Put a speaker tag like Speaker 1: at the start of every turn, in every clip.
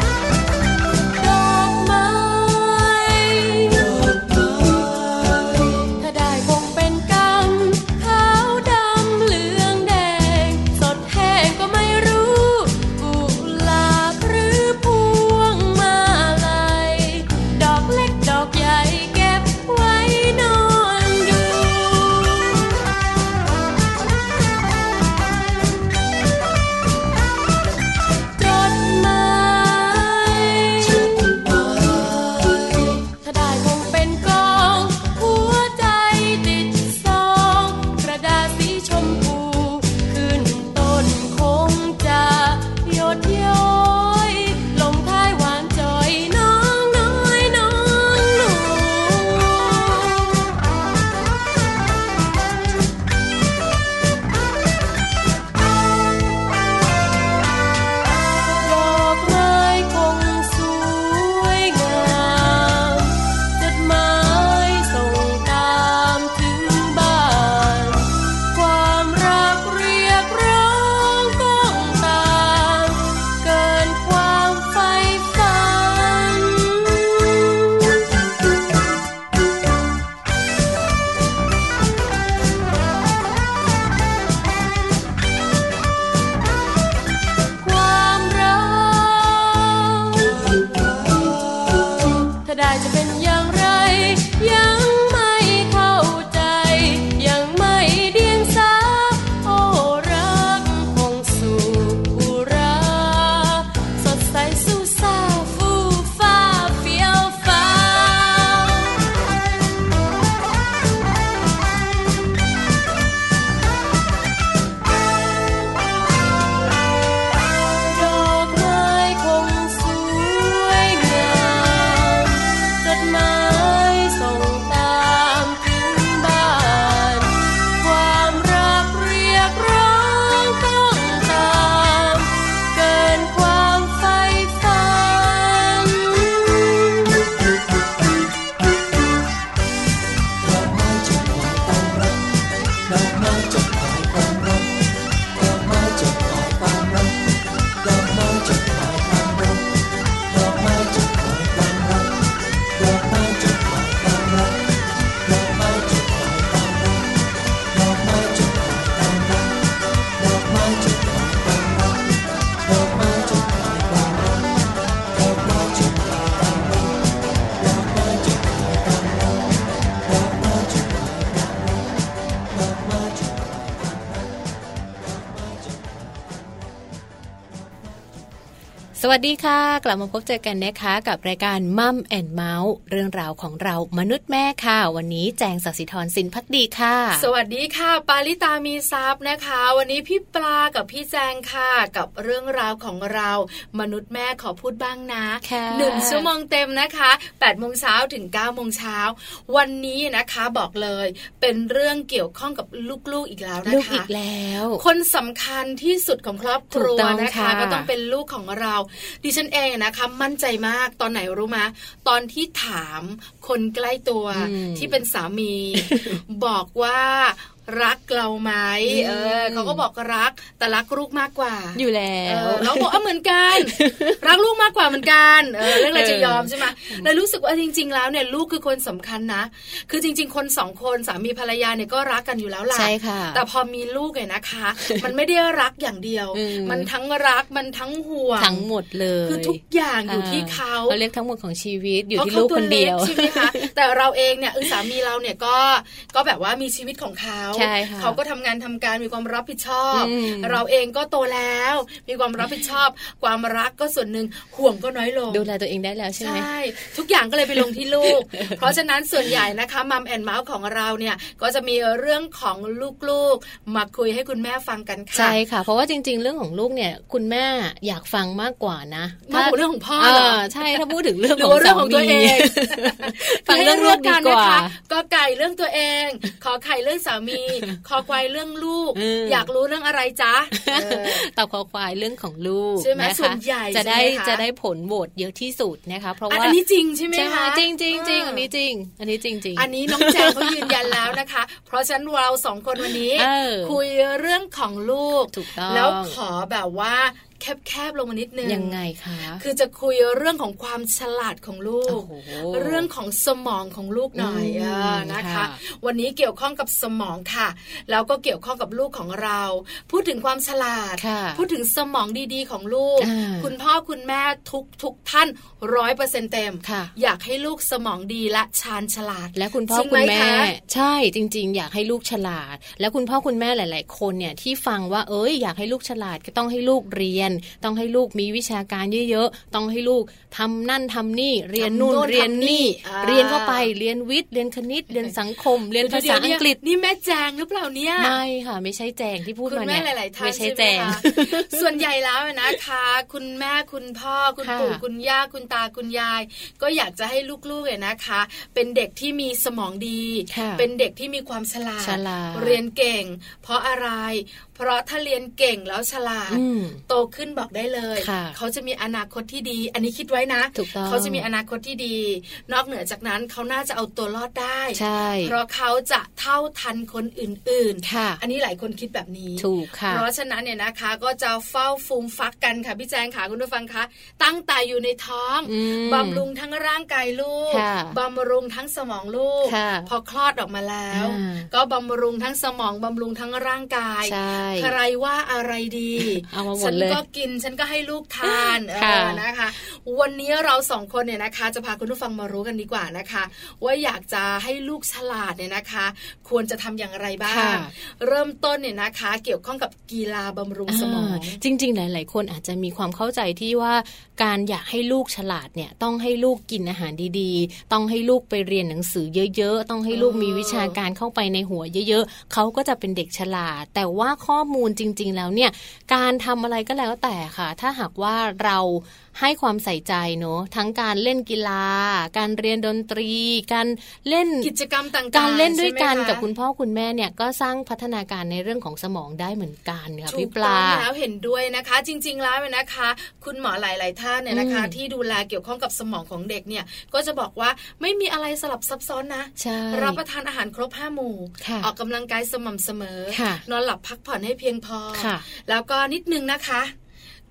Speaker 1: ดอกไม้ถ้าได้คงเป็นกรรมขาวดำเหลืองแดง สดแห้งก็ไม่รู้กุหลาบหรือพวงมาลัยดอกเล็กดอกใหญ่เก็บไว้นอนดู จดหมายถ้าได้คงเป็นกอง หัวใจติดซอง กระดาษสีชมพู ขึ้นต้นคงจะหยดย้อย ลงท้ายหวานจอยน้องน้อยน้องหนู ดอกไม้คงสวยงามจดหมายส่งตามถึงบ้าน ความรักเรียกร้องต้องตาม เกินความใฝ่ฝัน ความรัก ถ้าได้จะเป็นอย่างไร ยังไม่เข้าใจ ยังไม่เดียงสา โอ้รักคงสุขุรา สดใสสู้ซ่าฟูฟ้าเฟี้ยวฟ้า ดอกไม้คงสวยงามจดหมายส่งตามถึงบ้าน ความรักเรียกร้องต้องตาม เกินความใฝ่ฝัน
Speaker 2: สวัสดีค่ะ กลับมาพบเจอกันนะคะ กับรายการมัมแอนเมาส์เรื่องราวของเรามนุษย์แม่ค่ะ วันนี้แจงสัศิธรสินพักดีค่ะ
Speaker 1: สวัสดีค่ะ ปาลิตามีซับนะคะ วันนี้พี่ปลากับพี่แจงค่ะ กับเรื่องราวของเรา มนุษย์แม่ขอพูดบ้างนะ
Speaker 2: ค่ะ
Speaker 1: หนึ่งชั่วโมงเต็มนะคะ8ปดโมงเช้าถึง9ก้าโมงเช้าวันนี้นะคะบอกเลยเป็นเรื่องเกี่ยวข้องกับลูกๆอีกแล้วนะคะ
Speaker 2: ลูกอีกแล้ว
Speaker 1: คนสำคัญที่สุดของครอบครั
Speaker 2: ถู
Speaker 1: ว
Speaker 2: กต้อง
Speaker 1: นะคะ
Speaker 2: ค่ะ
Speaker 1: ก็ต้องเป็นลูกของเรา ดิฉันเองนะคะมั่นใจมากตอนไหนรู้มะตอนที่ถามคนใกล้ตัวที่เป็นสามี บอกว่ารักเราไหมเออเขาก็บอกรักแต่รักลูกมากกว่า
Speaker 2: อยู่แล้
Speaker 1: เอ
Speaker 2: ว
Speaker 1: อเราบอกเอาเหมือน กัน รักลูกมากกว่าเหมือนกันเออเรื่องอะไร
Speaker 2: เออ
Speaker 1: จะยอมใช่ไหมเลยรู้สึกว่าจริง ๆ แล้วเนี่ยลูกคือคนสำคัญนะ คือจริง ๆ คนสองคนสามีภรรยาเนี่ยก็รักกันอยู่แล้วล่ะ
Speaker 2: ใช่ค่ะ
Speaker 1: แต่พอมีลูกเนี่ยนะคะ มันไม่ได้รักอย่างเดียว
Speaker 2: อืม
Speaker 1: มันทั้งรักมันทั้งห่วง
Speaker 2: ทั้งหมดเลย
Speaker 1: คือทุกอย่างอยู่ที่เขา
Speaker 2: เราเรียกทั้งหมดของชีวิตอยู่ที่
Speaker 1: พราะ
Speaker 2: ลู
Speaker 1: ขาก
Speaker 2: คนเดียว
Speaker 1: ตัวล็กใช่ไหมคะ แต่เราเองเนี่ยเออสามีเราเนี่ยก็ก็แบบว่ามีชีวิตของเขา
Speaker 2: ใช่ค่ะ
Speaker 1: เขาก็ทำงานทำการมีความรับผิดชอบ
Speaker 2: อืม
Speaker 1: เราเองก็โตแล้ว มีความรับผิดชอบ ความรักก็ส่วนหนึ่งห่วงก็น้อยลง
Speaker 2: ดูแลตัวเองได้แล้วใช่ไหม
Speaker 1: ใช่ ทุกอย่างก็เลยไปลงที่ลูก เพราะฉะนั้นส่วนใหญ่นะคะมัมแอนเมาส์ของเราเนี่ย ก็จะมีเรื่องของลูกๆ มาคุยให้คุณแม่ฟังกันค่ะ
Speaker 2: ใช่ค่ะ เพราะว่าจริง ๆ เรื่องของลูกเนี่ย คุณแม่อยากฟังมากกว่านะ
Speaker 1: มากกว่าเรื่องของพ่อเหรอ
Speaker 2: าใช่ถ้าพูดถึงเรื่อง
Speaker 1: ห
Speaker 2: ข
Speaker 1: รืออง ว่าเรื่องของตัวเอง
Speaker 2: สามีฟังเรื่องลูกดีกว่า
Speaker 1: ก็ไก่เรื่องตัวเอง ขอไข่เรื่องสามี คอควายเรื่องลูก
Speaker 2: อืม
Speaker 1: อยากรู้เรื่องอะไรจ๊ะเออ
Speaker 2: ตอบข้อควายเรื่องของลูก
Speaker 1: ใช่ไหม
Speaker 2: นะคะ
Speaker 1: ส่วนใหญ่
Speaker 2: จะได้
Speaker 1: ใช่ไหมคะ
Speaker 2: จะได้ผลโหวตเยอะที่สุดนะคะ เพราะ
Speaker 1: อัน
Speaker 2: ว่า
Speaker 1: อันนี้จริงใช่ไหม
Speaker 2: ใช่ไหม
Speaker 1: คะ
Speaker 2: จริงจริงจริงอันนี้
Speaker 1: เ
Speaker 2: จริง อันนี้จริงจริง
Speaker 1: อันนี้น้องแจงเขายืนยันแล้วนะคะ เพราะฉะนั้นเราสองคนวันนี้
Speaker 2: เออ
Speaker 1: คุยเรื่องของลูก
Speaker 2: ถูกต้อง
Speaker 1: แล้วขอแบบว่าแคบๆลงมานิดนึง
Speaker 2: ยังไงคะ
Speaker 1: คือจะคุยเรื่องของความฉลาดของลูก
Speaker 2: โอ้โห
Speaker 1: เรื่องของสมองของลูกหน่อย
Speaker 2: อืม
Speaker 1: เออนะคะ
Speaker 2: ค่ะ
Speaker 1: วันนี้เกี่ยวข้องกับสมองค่ะ แล้วก็เกี่ยวข้องกับลูกของเรา พูดถึงความฉลาด
Speaker 2: ค่ะ
Speaker 1: พูดถึงสมองดีๆของลูก
Speaker 2: อ่า
Speaker 1: คุณพ่อคุณแม่ทุกทุกท่านร้อยเปอร์เซ็นเต็ม
Speaker 2: ค่ะ
Speaker 1: อยากให้ลูกสมองดีและชาญฉลาด
Speaker 2: และคุณพ่อ
Speaker 1: จริงไห
Speaker 2: คุ
Speaker 1: ม
Speaker 2: ณแม่
Speaker 1: คะ
Speaker 2: ใช่จริง ๆ อยากให้ลูกฉลาด และคุณพ่อคุณแม่หลาย ๆ คนเนี่ยที่ฟังว่าเอ้ยอยากให้ลูกฉลาดก็ต้องให้ลูกเรียน ต้องให้ลูกมีวิชาการเยอะๆต้องให้ลูกทำนั่นทำนี่เรียน
Speaker 1: ทำ
Speaker 2: นู่น
Speaker 1: โน่น
Speaker 2: เรียนนี่
Speaker 1: ทำนี่อ่า
Speaker 2: เรียนเข้าไปเรียนวิทย์เรียนคณิตเรียนสังคม เรียนภาษาอังกฤษ
Speaker 1: เดี๋ยวๆนี่แม่แจงหรือเปล่าเนี่ย
Speaker 2: ไม่ค่ะ ไม่ใช่แจงที่พูด
Speaker 1: คุณ
Speaker 2: มา
Speaker 1: แม่
Speaker 2: เนี่ย
Speaker 1: หลาย ๆ ท่าน
Speaker 2: ไม่
Speaker 1: ใช่
Speaker 2: ใช่
Speaker 1: ไห
Speaker 2: แจ
Speaker 1: ม
Speaker 2: ง
Speaker 1: คะ ส่วนใหญ่แล้วนะคะ คุณแม่คุณพ่อคุณ
Speaker 2: ค่ะ
Speaker 1: ปู่คุณย่าคุณตาคุณยาย ก็อยากจะให้ลูกๆเนี่ยนะคะ เป็นเด็กที่มีสมองดี
Speaker 2: ค่ะ
Speaker 1: เป็นเด็กที่มีความฉลาด
Speaker 2: ฉลาด
Speaker 1: เรียนเก่ง เพราะอะไร เพราะถ้าเรียนเก่งแล้วฉลาด
Speaker 2: อืม
Speaker 1: โตขึ้นบอกได้เลย
Speaker 2: ค่ะ
Speaker 1: เขาจะมีอนาคตที่ดี อันนี้คิดไว้นะ
Speaker 2: ถูกต้อง
Speaker 1: เขาจะมีอนาคตที่ดี นอกเหนือจากนั้นเขาน่าจะเอาตัวรอดได้
Speaker 2: ใช่
Speaker 1: เพราะเขาจะเท่าทันคนอื่น ๆ
Speaker 2: ค่ะ
Speaker 1: อันนี้หลายคนคิดแบบนี้
Speaker 2: ถูกค่ะ
Speaker 1: เพราะฉะนั้นเนี่ยนะคะก็จะเฝ้าฟูมฟักกันค่ะพี่แจงค่ะคุณผู้ฟังคะตั้งแต่อยู่ในท้อง
Speaker 2: อืม
Speaker 1: บำรุงทั้งร่างกายลูก
Speaker 2: ค่ะ
Speaker 1: บำรุงทั้งสมองลูก
Speaker 2: ค่ะ
Speaker 1: พอคลอดออกมาแล้ว
Speaker 2: อ่า
Speaker 1: ก็บำรุงทั้งสมองบำรุงทั้งร่างกาย
Speaker 2: ใช่
Speaker 1: ใครว่าอะไรดี
Speaker 2: เอามาหมด
Speaker 1: ฉั
Speaker 2: เลย
Speaker 1: ก็กินฉันก็ให้ลูกทานเอ
Speaker 2: ค่ะ
Speaker 1: อนะคะ วันนี้เราสองคนเนี่ยนะคะ จะพาคุณผู้ฟังมารู้กันดีกว่านะคะ ว่าอยากจะให้ลูกฉลาดเนี่ยนะคะ ควรจะทำอย่างไรบ้าง
Speaker 2: ค่ะ
Speaker 1: เริ่มต้นเนี่ยนะคะ เกี่ยวข้องกับกีฬาบำรุงสมอง
Speaker 2: จริง ๆ หลาย ๆ คนอาจจะมีความเข้าใจที่ว่าการอยากให้ลูกฉลาดเนี่ยต้องให้ลูกกินอาหารดีๆ ต้องให้ลูกไปเรียนหนังสือเยอะ ๆ ต้องให้ลูก
Speaker 1: เออ
Speaker 2: มีวิชาการเข้าไปในหัวเยอะๆเขาก็จะเป็นเด็กฉลาด แต่ว่าข้อมูลจริง ๆ แล้วเนี่ยการทำอะไรก็แล้วแต่ค่ะ ถ้าหากว่าเราให้ความใส่ใจเนอะทั้งการเล่นกีฬา การเรียนดนตรี การเล่น
Speaker 1: กิจกรรมต่างๆ
Speaker 2: การเล่นด้วยกัน
Speaker 1: ใช่ไหมคะ
Speaker 2: กับคุณพ่อคุณแม่เนี่ยก็สร้างพัฒนาการในเรื่องของสมองได้เหมือนกันค่ะ
Speaker 1: ถู
Speaker 2: พี่
Speaker 1: ก
Speaker 2: ป
Speaker 1: ต้
Speaker 2: ลา
Speaker 1: องแล้วเห็นด้วยนะคะ จริง ๆ แล้วเนี่ยนะคะ คุณหมอหลาย ๆ ท่านเนี่ยนะคะ
Speaker 2: อืม
Speaker 1: ที่ดูแลเกี่ยวข้องกับสมองของเด็กเนี่ย ก็จะบอกว่าไม่มีอะไรสลับซับซ้อนนะ
Speaker 2: ใช่
Speaker 1: รับประทานอาหารครบห้าหมู่
Speaker 2: ค่ะ
Speaker 1: ออกกำลังกายสม่ำเสมอ
Speaker 2: ค่ะ
Speaker 1: นอนหลับพักผ่อนให้เพียงพอ
Speaker 2: ค่ะ
Speaker 1: แล้วก็นิดนึงนะคะ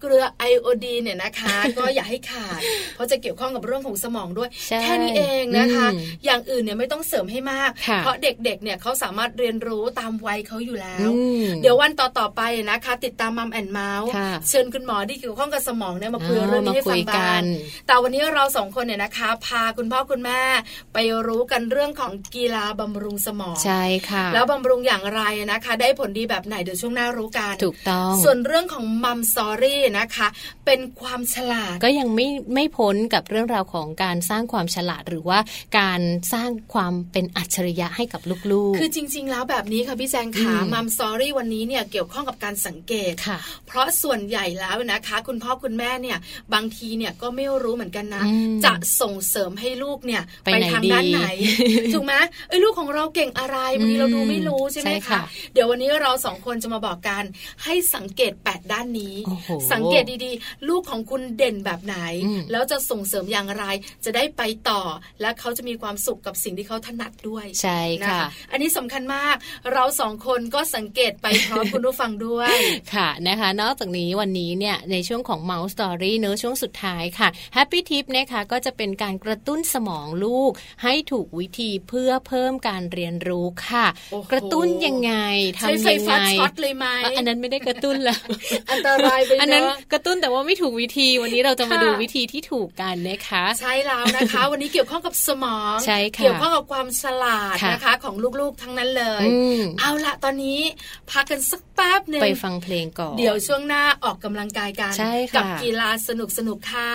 Speaker 1: เกลือไอโอดีนเนี่ยนะคะ ก็อย่าให้ขาด เพราะจะเกี่ยวข้องกับเรื่องของสมองด้วย
Speaker 2: ใช่
Speaker 1: แค่นี้เองนะคะ
Speaker 2: อืม
Speaker 1: อย่างอื่นเนี่ยไม่ต้องเสริมให้มาก
Speaker 2: ค่ะ
Speaker 1: เพราะเด็กๆ เนี่ยเขาสามารถเรียนรู้ตามวัยเขาอยู่แล้ว
Speaker 2: อืม
Speaker 1: เดี๋ยววันต่อๆไปนะคะ ติดตามมัมแอนเมาส์
Speaker 2: ค่ะ
Speaker 1: เชิญคุณหมอที่เกี่ยวข้องกับสมองเนี่ยมาคุยเรื่องนี้ให้ฟัง
Speaker 2: มาคุย
Speaker 1: บ้า
Speaker 2: กั
Speaker 1: ง
Speaker 2: น
Speaker 1: แต่วันนี้เราสองคนเนี่ยนะคะ พาคุณพ่อคุณแม่ ไปรู้กันเรื่องของกีฬาบำรุงสมอง
Speaker 2: ใช่ค่ะ
Speaker 1: แล้วบำรุงอย่างไรนะคะ ได้ผลดีแบบไหนเดี๋ยวช่วงหน้ารู้กัน
Speaker 2: ถูกต้อง
Speaker 1: ส่วนเรื่องของมัมซอรี่นะคะ เป็นความฉลาด
Speaker 2: ก็ยังไม่ไม่พ้นกับเรื่องราวของการสร้างความฉลาดหรือว่าการสร้างความเป็นอัจฉริยะให้กับลูก
Speaker 1: คือจริง ๆ แล้วแบบนี้ค่ะพี่แจงขา
Speaker 2: อืม
Speaker 1: มัมซอรี่วันนี้เนี่ยเกี่ยวข้องกับการสังเกต
Speaker 2: ค่ะ
Speaker 1: เพราะส่วนใหญ่แล้วนะคะ คุณพ่อคุณแม่เนี่ย บางทีเนี่ยก็ไม่รู้เหมือนกันนะ
Speaker 2: อืม
Speaker 1: จะส่งเสริมให้ลูกเนี่ย
Speaker 2: ไปไหน
Speaker 1: ทางด้าน ไหน
Speaker 2: ดี
Speaker 1: ถูกไหมเอ้ยลูกของเราเก่งอะไรบางที
Speaker 2: อืม
Speaker 1: เราดูไม่รู้ใช่ไหม
Speaker 2: ใช่
Speaker 1: คะ
Speaker 2: ค่ะ
Speaker 1: เดี๋ยววันนี้เราสองคนจะมาบอกกันให้สังเกต 8 ด้านนี้
Speaker 2: โอ้โห
Speaker 1: สังเกตดีๆ ลูกของคุณเด่นแบบไหน
Speaker 2: อืม
Speaker 1: แล้วจะส่งเสริมอย่างไร จะได้ไปต่อ และเขาจะมีความสุขกับสิ่งที่เขาถนัดด้วย
Speaker 2: ใช่
Speaker 1: นะ
Speaker 2: ค่ะ
Speaker 1: คะอันนี้สำคัญมาก เราสองคนก็สังเกตไปพร้อม คุณผู้ฟังด้วย
Speaker 2: ค่ะนะคะนอกจากนี้วันนี้เนี่ยในช่วงของ Mouse Story เนื้อะช่วงสุดท้ายค่ะ Happy Tip นะคะก็จะเป็นการกระตุ้นสมองลูก ให้ถูกวิธีเพื่อเพิ่มการเรียนรู้ค่ะ
Speaker 1: โอ้โห
Speaker 2: กระตุ้นยังไง
Speaker 1: ใช้
Speaker 2: ทำ
Speaker 1: ไฟ
Speaker 2: ยัง
Speaker 1: ฟ้า
Speaker 2: ไง
Speaker 1: ช็อตเลยไหม
Speaker 2: อ่ะอันนั้นไม่ได้กระตุ้นแล้ว
Speaker 1: อันตรายไป
Speaker 2: อันนั้น
Speaker 1: เนาะ
Speaker 2: กระตุ้นแต่ว่าไม่ถูกวิธีวันนี้เราจะมา
Speaker 1: ค่ะ
Speaker 2: ดูวิธีที่ถูกกันนะคะ
Speaker 1: ใช่แล้วนะคะ วันนี้เกี่ยวข้องกับสมอง
Speaker 2: ใช่ค่ะ
Speaker 1: เกี่ยวข้องกับความฉลาด
Speaker 2: ค่ะ
Speaker 1: นะคะ ของลูกๆทั้งนั้นเลย
Speaker 2: อืม
Speaker 1: เอาละตอนนี้พักกันสักแป๊บหนึ่ง
Speaker 2: ไปฟังเพลงก่อน
Speaker 1: เดี๋ยวช่วงหน้าออกกำลังกายกัน
Speaker 2: ใช่ค่ะ
Speaker 1: กับกีฬาสนุกสนุกๆค่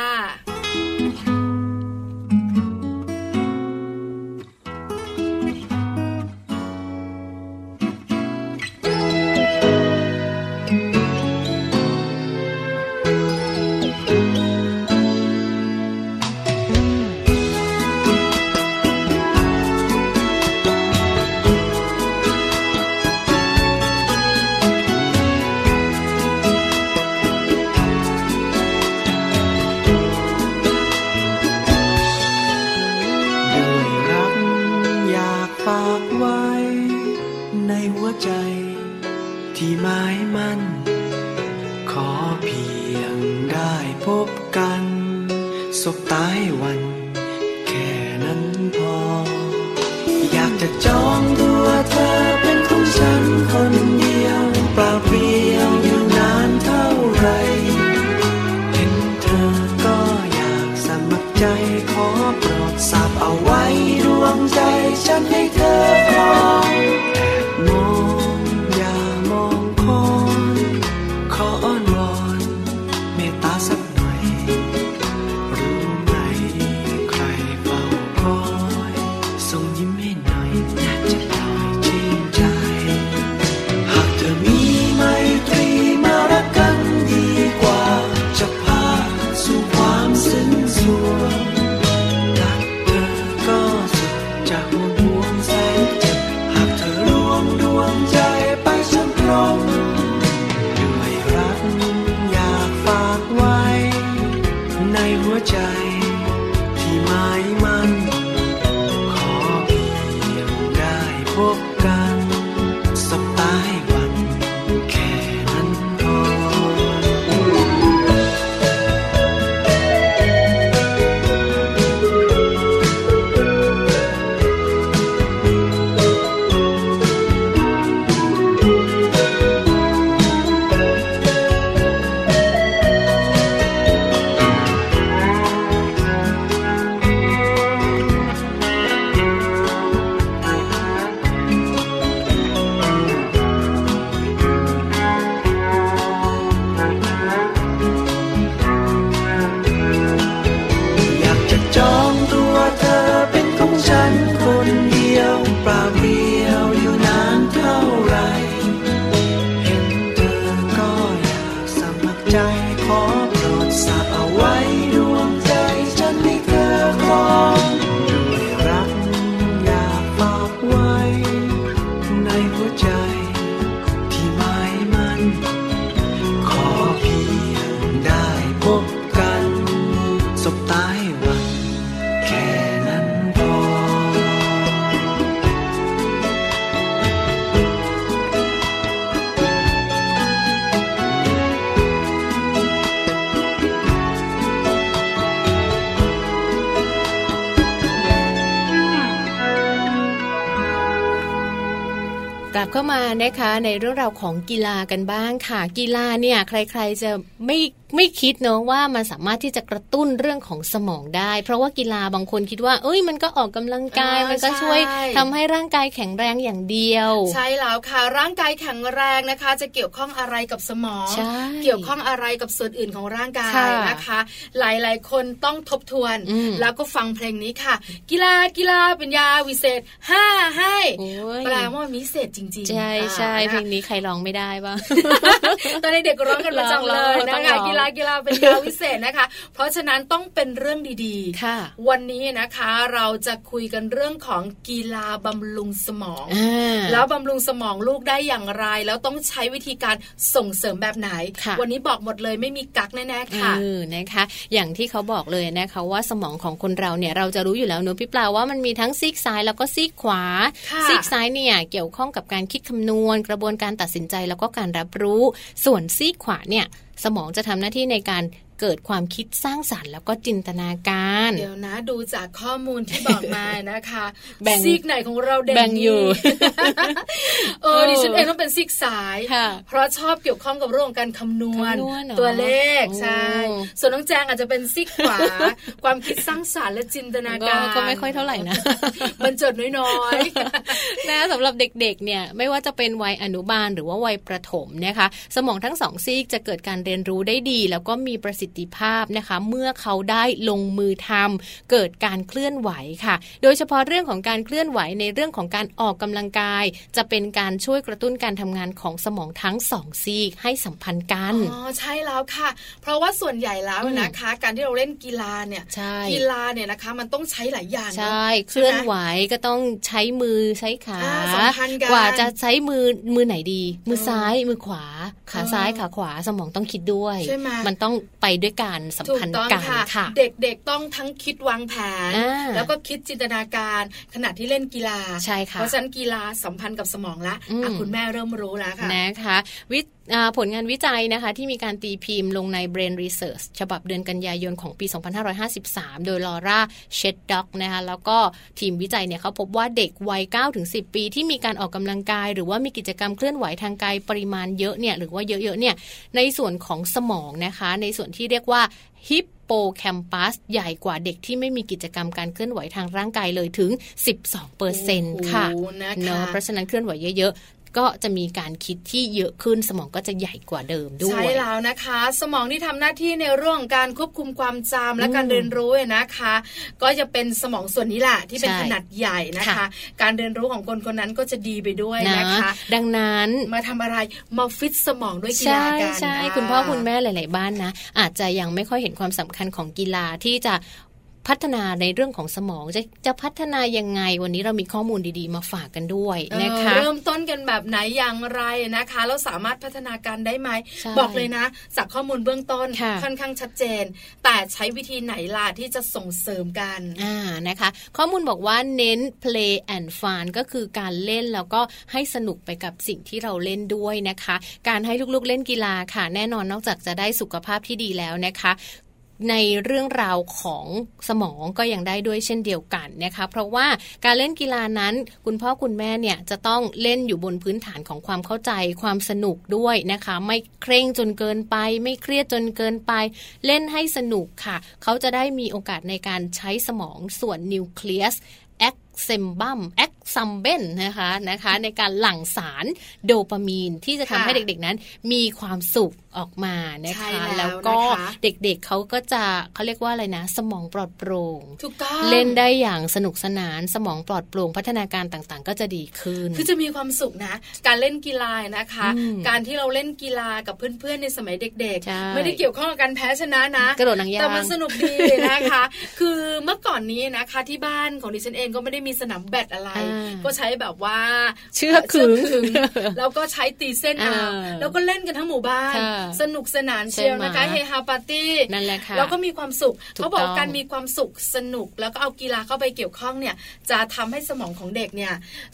Speaker 1: ะ
Speaker 3: เ สบตายวัน แค่นั้นพอ อยากจะจองตัวเธอเป็นของฉันคนเดียวเปล่าเปลี่ยวอยู่นานเท่าไหรเห็นเธอก็อยากสมัครใจขอโปรดสาบเอาไว้ดวงใจฉันให้เธอครองแอบมองอย่ามองคอนขออ้อนวอนเมตตาสักหน่อย รู้ไหมใครเฝ้าคอยส่งยิ้มให้หน่อยอยากจะลอยชื่นใจ หากเธอมีไมตรีมารักกันดีกว่า จะพาสู่ความสิ้นสุดรักเธอก็สุดจากห่วงห่วงแสนเจ็บหากเธอรวมดวงใจไปฉันพร้อมด้วยรักอยากฝากไว้ ในหัวใจที่หมายมัน ขอเพียงได้พบกันสบตายวัน แค่นั้นพอ อยากจะจองตัวเธอเป็นของฉันคนเดียวเปล่าเปลี่ยวอยู่นานเท่าไหรเห็นเธอก็อยากสมัครใจขอโปรดสาบเอาไว้ดวงใจฉันให้เธอครองด้วยรักอยากฝากไว้ ในหัวใจที่หมายมัน ขอเพียงได้พบกัน สบตาให้หวัน แค่นั้นพอ
Speaker 2: กลับเข้ามานะคะในเรื่องราวของกีฬากันบ้างค่ะ กีฬาเนี่ยใครๆจะไม่ไม่คิดเนาะว่ามันสามารถที่จะกระตุ้นเรื่องของสมองได้ เพราะว่ากีฬาบางคนคิดว่า เอ้ยมันก็ออกกำลังกาย
Speaker 1: เออ
Speaker 2: มันก็
Speaker 1: ใช่
Speaker 2: ช่วยทำให้ร่างกายแข็งแรงอย่างเดียว
Speaker 1: ใช่แล้วค่ะร่างกายแข็งแรงนะคะ จะเกี่ยวข้องอะไรกับสมอง
Speaker 2: ใช่
Speaker 1: เกี่ยวข้องอะไรกับส่วนอื่นของร่างกาย
Speaker 2: ค่ะ
Speaker 1: นะคะ หลายๆ คนต้องทบทวน
Speaker 2: อืม
Speaker 1: แล้วก็ฟังเพลงนี้ค่ะ กีฬากีฬาเป็นยาวิเศษห้าให้
Speaker 2: โอ้ย
Speaker 1: แปลว่ามันวิเศษจริงๆ
Speaker 2: ใช่
Speaker 1: อ่า
Speaker 2: ใช่
Speaker 1: นะ
Speaker 2: เพลงนี้ใครร้องไม่ได้บ้าง
Speaker 1: ตอนเด็กๆก็ร้องกันประจำเลย
Speaker 2: ร้
Speaker 1: นะ
Speaker 2: องร้
Speaker 1: คะ
Speaker 2: อง
Speaker 1: กีฬากีฬาเป็นยาวิเศษนะคะ เพราะฉะนั้นต้องเป็นเรื่องดีๆ
Speaker 2: ค่ะ
Speaker 1: วันนี้นะคะเราจะคุยกันเรื่องของกีฬาบำรุงสมอง
Speaker 2: อ่า
Speaker 1: แล้วบำรุงสมองลูกได้อย่างไร แล้วต้องใช้วิธีการส่งเสริมแบบไหน
Speaker 2: ค่ะ
Speaker 1: วันนี้บอกหมดเลยไม่มีกักแน่ๆค่ะ
Speaker 2: เออนะคะ อย่างที่เขาบอกเลยนะคะว่าสมองของคนเราเนี่ยเราจะรู้อยู่แล้วเนอะพี่ปลาว่ามันมีทั้งซีกซ้ายแล้วก็ซีกขวา
Speaker 1: ค่ะ
Speaker 2: ซีกซ้ายเนี่ยเกี่ยวข้องกับการคิดคำนวณ กระบวนการตัดสินใจแล้วก็การรับรู้ ส่วนซีกขวาเนี่ยสมองจะทำหน้าที่ในการเกิดความคิดสร้างสารรค์แล้วก็จินตนาการ
Speaker 1: เดี๋ยวนะ ดูจากข้อมูลที่บอกมานะคะ
Speaker 2: แบ่ง
Speaker 1: ซีกไหนของเราเด่น
Speaker 2: แบ่งอยู่
Speaker 1: เออ
Speaker 2: เออ
Speaker 1: ดิฉันเองต้องเป็นซีกซ้าย
Speaker 2: ค่ะ
Speaker 1: เพราะชอบเกี่ยวข้องกับเรื่องของการคำนวณ
Speaker 2: คำนวณเหรอ
Speaker 1: ตัวเลข
Speaker 2: โอ้
Speaker 1: ใช่ส่วนน้องแจงอาจจะเป็นซีกข วา ความคิดสร้างสารรค์และจินตนา
Speaker 2: ก็
Speaker 1: การ
Speaker 2: ก็ไม่ค่อยเท่าไหร่นะ
Speaker 1: มันจดน้อยๆ
Speaker 2: นะสำหรับเด็กๆ เนี่ยไม่ว่าจะเป็นวัยอนุบาลหรือว่าวัยประถมนะคะ สมองทั้งสองซีกจะเกิดการเรียนรู้ได้ดี แล้วก็มีประสิทธิภาพนะคะ เมื่อเขาได้ลงมือทำเกิดการเคลื่อนไหวค่ะ โดยเฉพาะเรื่องของการเคลื่อนไหวในเรื่องของการออกกำลังกาย จะเป็นการช่วยกระตุ้นการทำงานของสมองทั้งสองซีกให้สัมพันธ์กัน
Speaker 1: อ๋อใช่แล้วค่ะ เพราะว่าส่วนใหญ่แล้ว
Speaker 2: อืม
Speaker 1: นะคะ การที่เราเล่นกีฬาเนี่ย
Speaker 2: ใช่
Speaker 1: กีฬาเนี่ยนะคะ มันต้องใช้หลายอย่างเนอะ
Speaker 2: ใช่เคลื่อนไหวก็ต้องใช้มือใช้ขา
Speaker 1: อ่าสัมพันธ์กัน
Speaker 2: กว่าจะใช้มือมือไหนดี มือ
Speaker 1: เออ
Speaker 2: ซ้ายมือขวา ขา
Speaker 1: เออ
Speaker 2: ซ้ายขาขวาสมองต้องคิดด้วย
Speaker 1: ใช่ไหม
Speaker 2: มันต้องไปด้วยการสัม
Speaker 1: ถูก
Speaker 2: พันธ์
Speaker 1: ต้อง
Speaker 2: กัน
Speaker 1: ค่ะ
Speaker 2: ค่ะ
Speaker 1: เด็กๆต้องทั้งคิดวางแผน
Speaker 2: อ่า
Speaker 1: แล้วก็คิดจินตนาการขณะที่เล่นกีฬา
Speaker 2: ใช่ค่ะ
Speaker 1: เพราะฉะนั้นกีฬาสัมพันธ์กับสมองละ
Speaker 2: อืม
Speaker 1: อ่ะคุณแม่เริ่มรู้แล้วค่ะ
Speaker 2: นะคะวิ อ่าผลงานวิจัยนะคะ ที่มีการตีพิมพ์ลงใน Brain Research ฉบับเดือนกันยายนของปี 2553 โดยลอร่าเชดด็อกนะคะแล้วก็ทีมวิจัยเนี่ยเขาพบว่าเด็กวัย 9-10 ปี ที่มีการออกกำลังกาย หรือว่ามีกิจกรรมเคลื่อนไหวทางกายปริมาณเยอะเนี่ยหรือว่าเยอะๆเนี่ยในส่วนของสมองนะคะ ในส่วนที่เรียกว่าฮิปโปแคมปัสใหญ่กว่าเด็กที่ไม่มีกิจกรรมการเคลื่อนไหวทางร่างกายเลยถึง 12%ค่ะ
Speaker 1: โอ้โหนะคะ
Speaker 2: เนาะเพราะฉะนั้นเคลื่อนไหวเยอะๆ ก็จะมีการคิดที่เยอะขึ้นสมองก็จะใหญ่กว่าเดิมด้วย
Speaker 1: ใช่แล้วนะคะ สมองที่ทำหน้าที่ในเรื่องของการควบคุมความจำและการเรียนรู้เนี่ยนะคะ ก็จะเป็นสมองส่วนนี้แหละที่เป็น
Speaker 2: ใช่
Speaker 1: ขนาดใหญ่นะคะ
Speaker 2: ค่ะ
Speaker 1: การเรียนรู้ของคนคนนั้นก็จะดีไปด้วย
Speaker 2: นะ
Speaker 1: นะคะ
Speaker 2: ดังนั้น
Speaker 1: มาทำอะไรมาฟิตสมองด้วยกี
Speaker 2: ใช่
Speaker 1: ฬากัน
Speaker 2: ใช่
Speaker 1: นะ
Speaker 2: คุณพ่อคุณแม่หลาย ๆ บ้านนะ อาจจะยังไม่ค่อยเห็นความสำคัญของกีฬาที่จะพัฒนาในเรื่องของสมองจะจะพัฒนายังไงวันนี้เรามีข้อมูลดีๆ มาฝากกันด้วย
Speaker 1: เออ
Speaker 2: นะคะ
Speaker 1: เริ่มต้นกันแบบไหนอย่างไรนะคะแล้วสามารถพัฒนาการได้ไหม
Speaker 2: ใช่
Speaker 1: บอกเลยนะ จากข้อมูลเบื้องต้น
Speaker 2: ค่ะ
Speaker 1: ค่อนข้างชัดเจน แต่ใช้วิธีไหนล่ะที่จะส่งเสริมกัน
Speaker 2: อ่านะคะ ข้อมูลบอกว่าเน้น play and fun ก็คือการเล่นแล้วก็ให้สนุกไปกับสิ่งที่เราเล่นด้วยนะคะ การให้ลูกๆเล่นกีฬาค่ะ แน่นอนนอกจากจะได้สุขภาพที่ดีแล้วนะคะ ในเรื่องราวของสมองก็ยังได้ด้วยเช่นเดียวกันนะคะ เพราะว่าการเล่นกีฬานั้นคุณพ่อคุณแม่เนี่ยจะต้องเล่นอยู่บนพื้นฐานของความเข้าใจความสนุกด้วยนะคะ ไม่เคร่งจนเกินไป ไม่เครียดจนเกินไป เล่นให้สนุกค่ะ เขาจะได้มีโอกาสในการใช้สมองส่วนนิวเคลียส แอคเซมบัมแอคซัมเบนนะคะนะคะ ในการหลั่งสารโดปามีนที่จะทำ
Speaker 1: ค่ะ
Speaker 2: ให้เด็กๆนั้นมีความสุขออกมานะ
Speaker 1: ใช่
Speaker 2: คะ
Speaker 1: แล้ว
Speaker 2: ก็
Speaker 1: นะคะ
Speaker 2: เด็กๆเขาก็จะเขาเรียกว่าอะไรนะ สมองปลอดโปร่ง
Speaker 1: ถูกต้อง
Speaker 2: เล่นได้อย่างสนุกสนานสมองปลอดโปร่งพัฒนาการต่างๆ ก็จะดีขึ้น
Speaker 1: คือจะมีความสุขนะ การเล่นกีฬานะคะ
Speaker 2: อืม
Speaker 1: การที่เราเล่นกีฬากับเพื่อนๆในสมัยเด็ก
Speaker 2: ใช่
Speaker 1: ๆ ไม่ได้เกี่ยวข้องกับการแพ้ชนะนะ
Speaker 2: กระโดดหนังยาง
Speaker 1: แต่มันสนุกดีนะคะ คือเมื่อก่อนนี้นะคะที่บ้านของดิฉันเองก็ไม่ได้มีสนามแบดอะไร
Speaker 2: อ่า
Speaker 1: ก็ใช้แบบว่า
Speaker 2: เชือกขึง
Speaker 1: เชื อกแล้วก็ใช้ตีเส้นเอา
Speaker 2: อ่า
Speaker 1: แล้วก็เล่นกันทั้งหมู่บ้าน
Speaker 2: ค่ะ
Speaker 1: สนุกสนานเชียวนะคะ
Speaker 2: ใช่ไหม
Speaker 1: เฮฮาปาร์ตี้
Speaker 2: นั่นแหละค่ะ
Speaker 1: แล้วก็มีความสุข
Speaker 2: ถูก
Speaker 1: เขาบอก
Speaker 2: ต้
Speaker 1: ว่า
Speaker 2: อง
Speaker 1: การมีความสุขสนุกแล้วก็เอากีฬาเข้าไปเกี่ยวข้องเนี่ย จะทำให้สมองของเด็กเนี่ย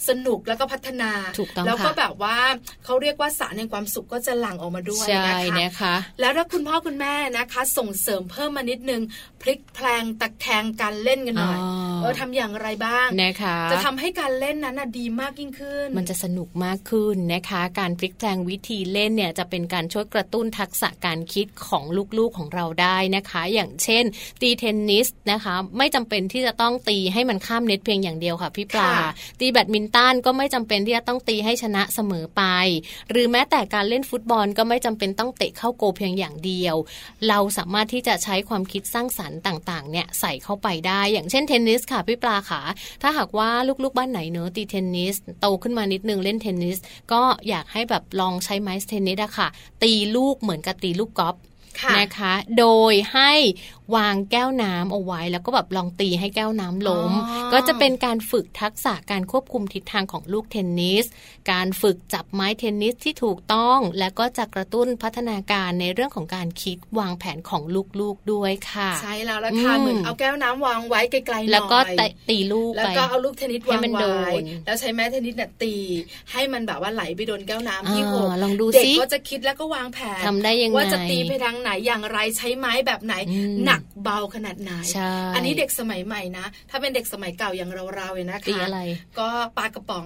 Speaker 1: สนุกแล้วก็พัฒนา
Speaker 2: ถูกต้อง
Speaker 1: แล้วก็
Speaker 2: ค่ะ
Speaker 1: แบบว่าเขาเรียกว่าสารแห่งความสุขก็จะหลั่งออกมาด้วย
Speaker 2: ใช่
Speaker 1: นะคะ
Speaker 2: นะคะ
Speaker 1: แล้วถ้าคุณพ่อคุณแม่นะคะ ส่งเสริมเพิ่มมานิดนึงพลิกแพลงตะแคงการเล่นกันหน่อย
Speaker 2: อ๋อ
Speaker 1: เออทำอย่างไรบ้าง
Speaker 2: นะคะ
Speaker 1: จะทำให้การเล่นนั้นน่ะดีมากยิ่งขึ้น
Speaker 2: มันจะสนุกมากขึ้นนะคะ การพลิกแปลงวิธีเล่นเนี่ยจะเป็นการช่วยกระตุ้นทักษะการคิดของลูกๆของเราได้นะคะ อย่างเช่น ตีเทนนิสนะคะ ไม่จำเป็นที่จะต้องตีให้มันข้ามเน็ตเพียงอย่างเดียวค่ะพี่ปลา
Speaker 1: ค่ะ
Speaker 2: ตีแบดมินตันก็ไม่จำเป็นที่จะต้องตีให้ชนะเสมอไป หรือแม้แต่การเล่นฟุตบอลก็ไม่จำเป็นต้องเตะเข้าโกลเพียงอย่างเดียว เราสามารถที่จะใช้ความคิดสร้างสรรค์ต่างๆ เนี่ยใส่เข้าไปได้ อย่างเช่นเทนนิสค่ะพี่ปลาขาถ้าหากว่าลูกๆบ้านไหนเนอะตีเทนนิสโตขึ้นมานิดนึงเล่นเทนนิส ก็อยากให้แบบลองใช้ไม้เทนนิสอะค่ะ ตีลูกเหมือนกับตีลูกกอล์ฟ
Speaker 1: ค่ะ
Speaker 2: นะคะ โดยให้วางแก้วน้ำเอาไว้แล้วก็แบบลองตีให้แก้วน้ำล้ม
Speaker 1: อ๋อ
Speaker 2: ก็จะเป็นการฝึกทักษะการควบคุมทิศทางของลูกเทนนิส การฝึกจับไม้เทนนิสที่ถูกต้อง และก็จะกระตุ้นพัฒนาการในเรื่องของการคิดวางแผนของลูกๆด้วยค่ะ
Speaker 1: ใช่แล้วละค่ะ
Speaker 2: อืม
Speaker 1: เหมือนเอาแก้วน้ำวางไว้ไกลๆหน่อย
Speaker 2: แล้วก็เตะตีลูก
Speaker 1: แล้ว
Speaker 2: ไป
Speaker 1: ก็เอาลูกเทนนิส
Speaker 2: ให้
Speaker 1: วาง
Speaker 2: มันโด
Speaker 1: ไว้
Speaker 2: น
Speaker 1: แล้วใช้แม่เทนนิสเนี่ยตี ให้มันแบบว่าไหลไปโดนแก้วน้ำที่หก
Speaker 2: อ่าลองดู
Speaker 1: เด็ก
Speaker 2: ซิ
Speaker 1: ก็จะคิดแล้วก็วางแผน
Speaker 2: ทำได้ยังไง
Speaker 1: ว่าจะตีไปทางไหนอย่างไรใช้ไม้แบบไหน
Speaker 2: อืม
Speaker 1: หนักเบาขนาดไหน
Speaker 2: ใช่
Speaker 1: อันนี้เด็กสมัยใหม่นะ ถ้าเป็นเด็กสมัยเก่าอย่างเราๆเนี่ยนะคะ
Speaker 2: ตีอะไร
Speaker 1: ก็ปลากระป๋ อง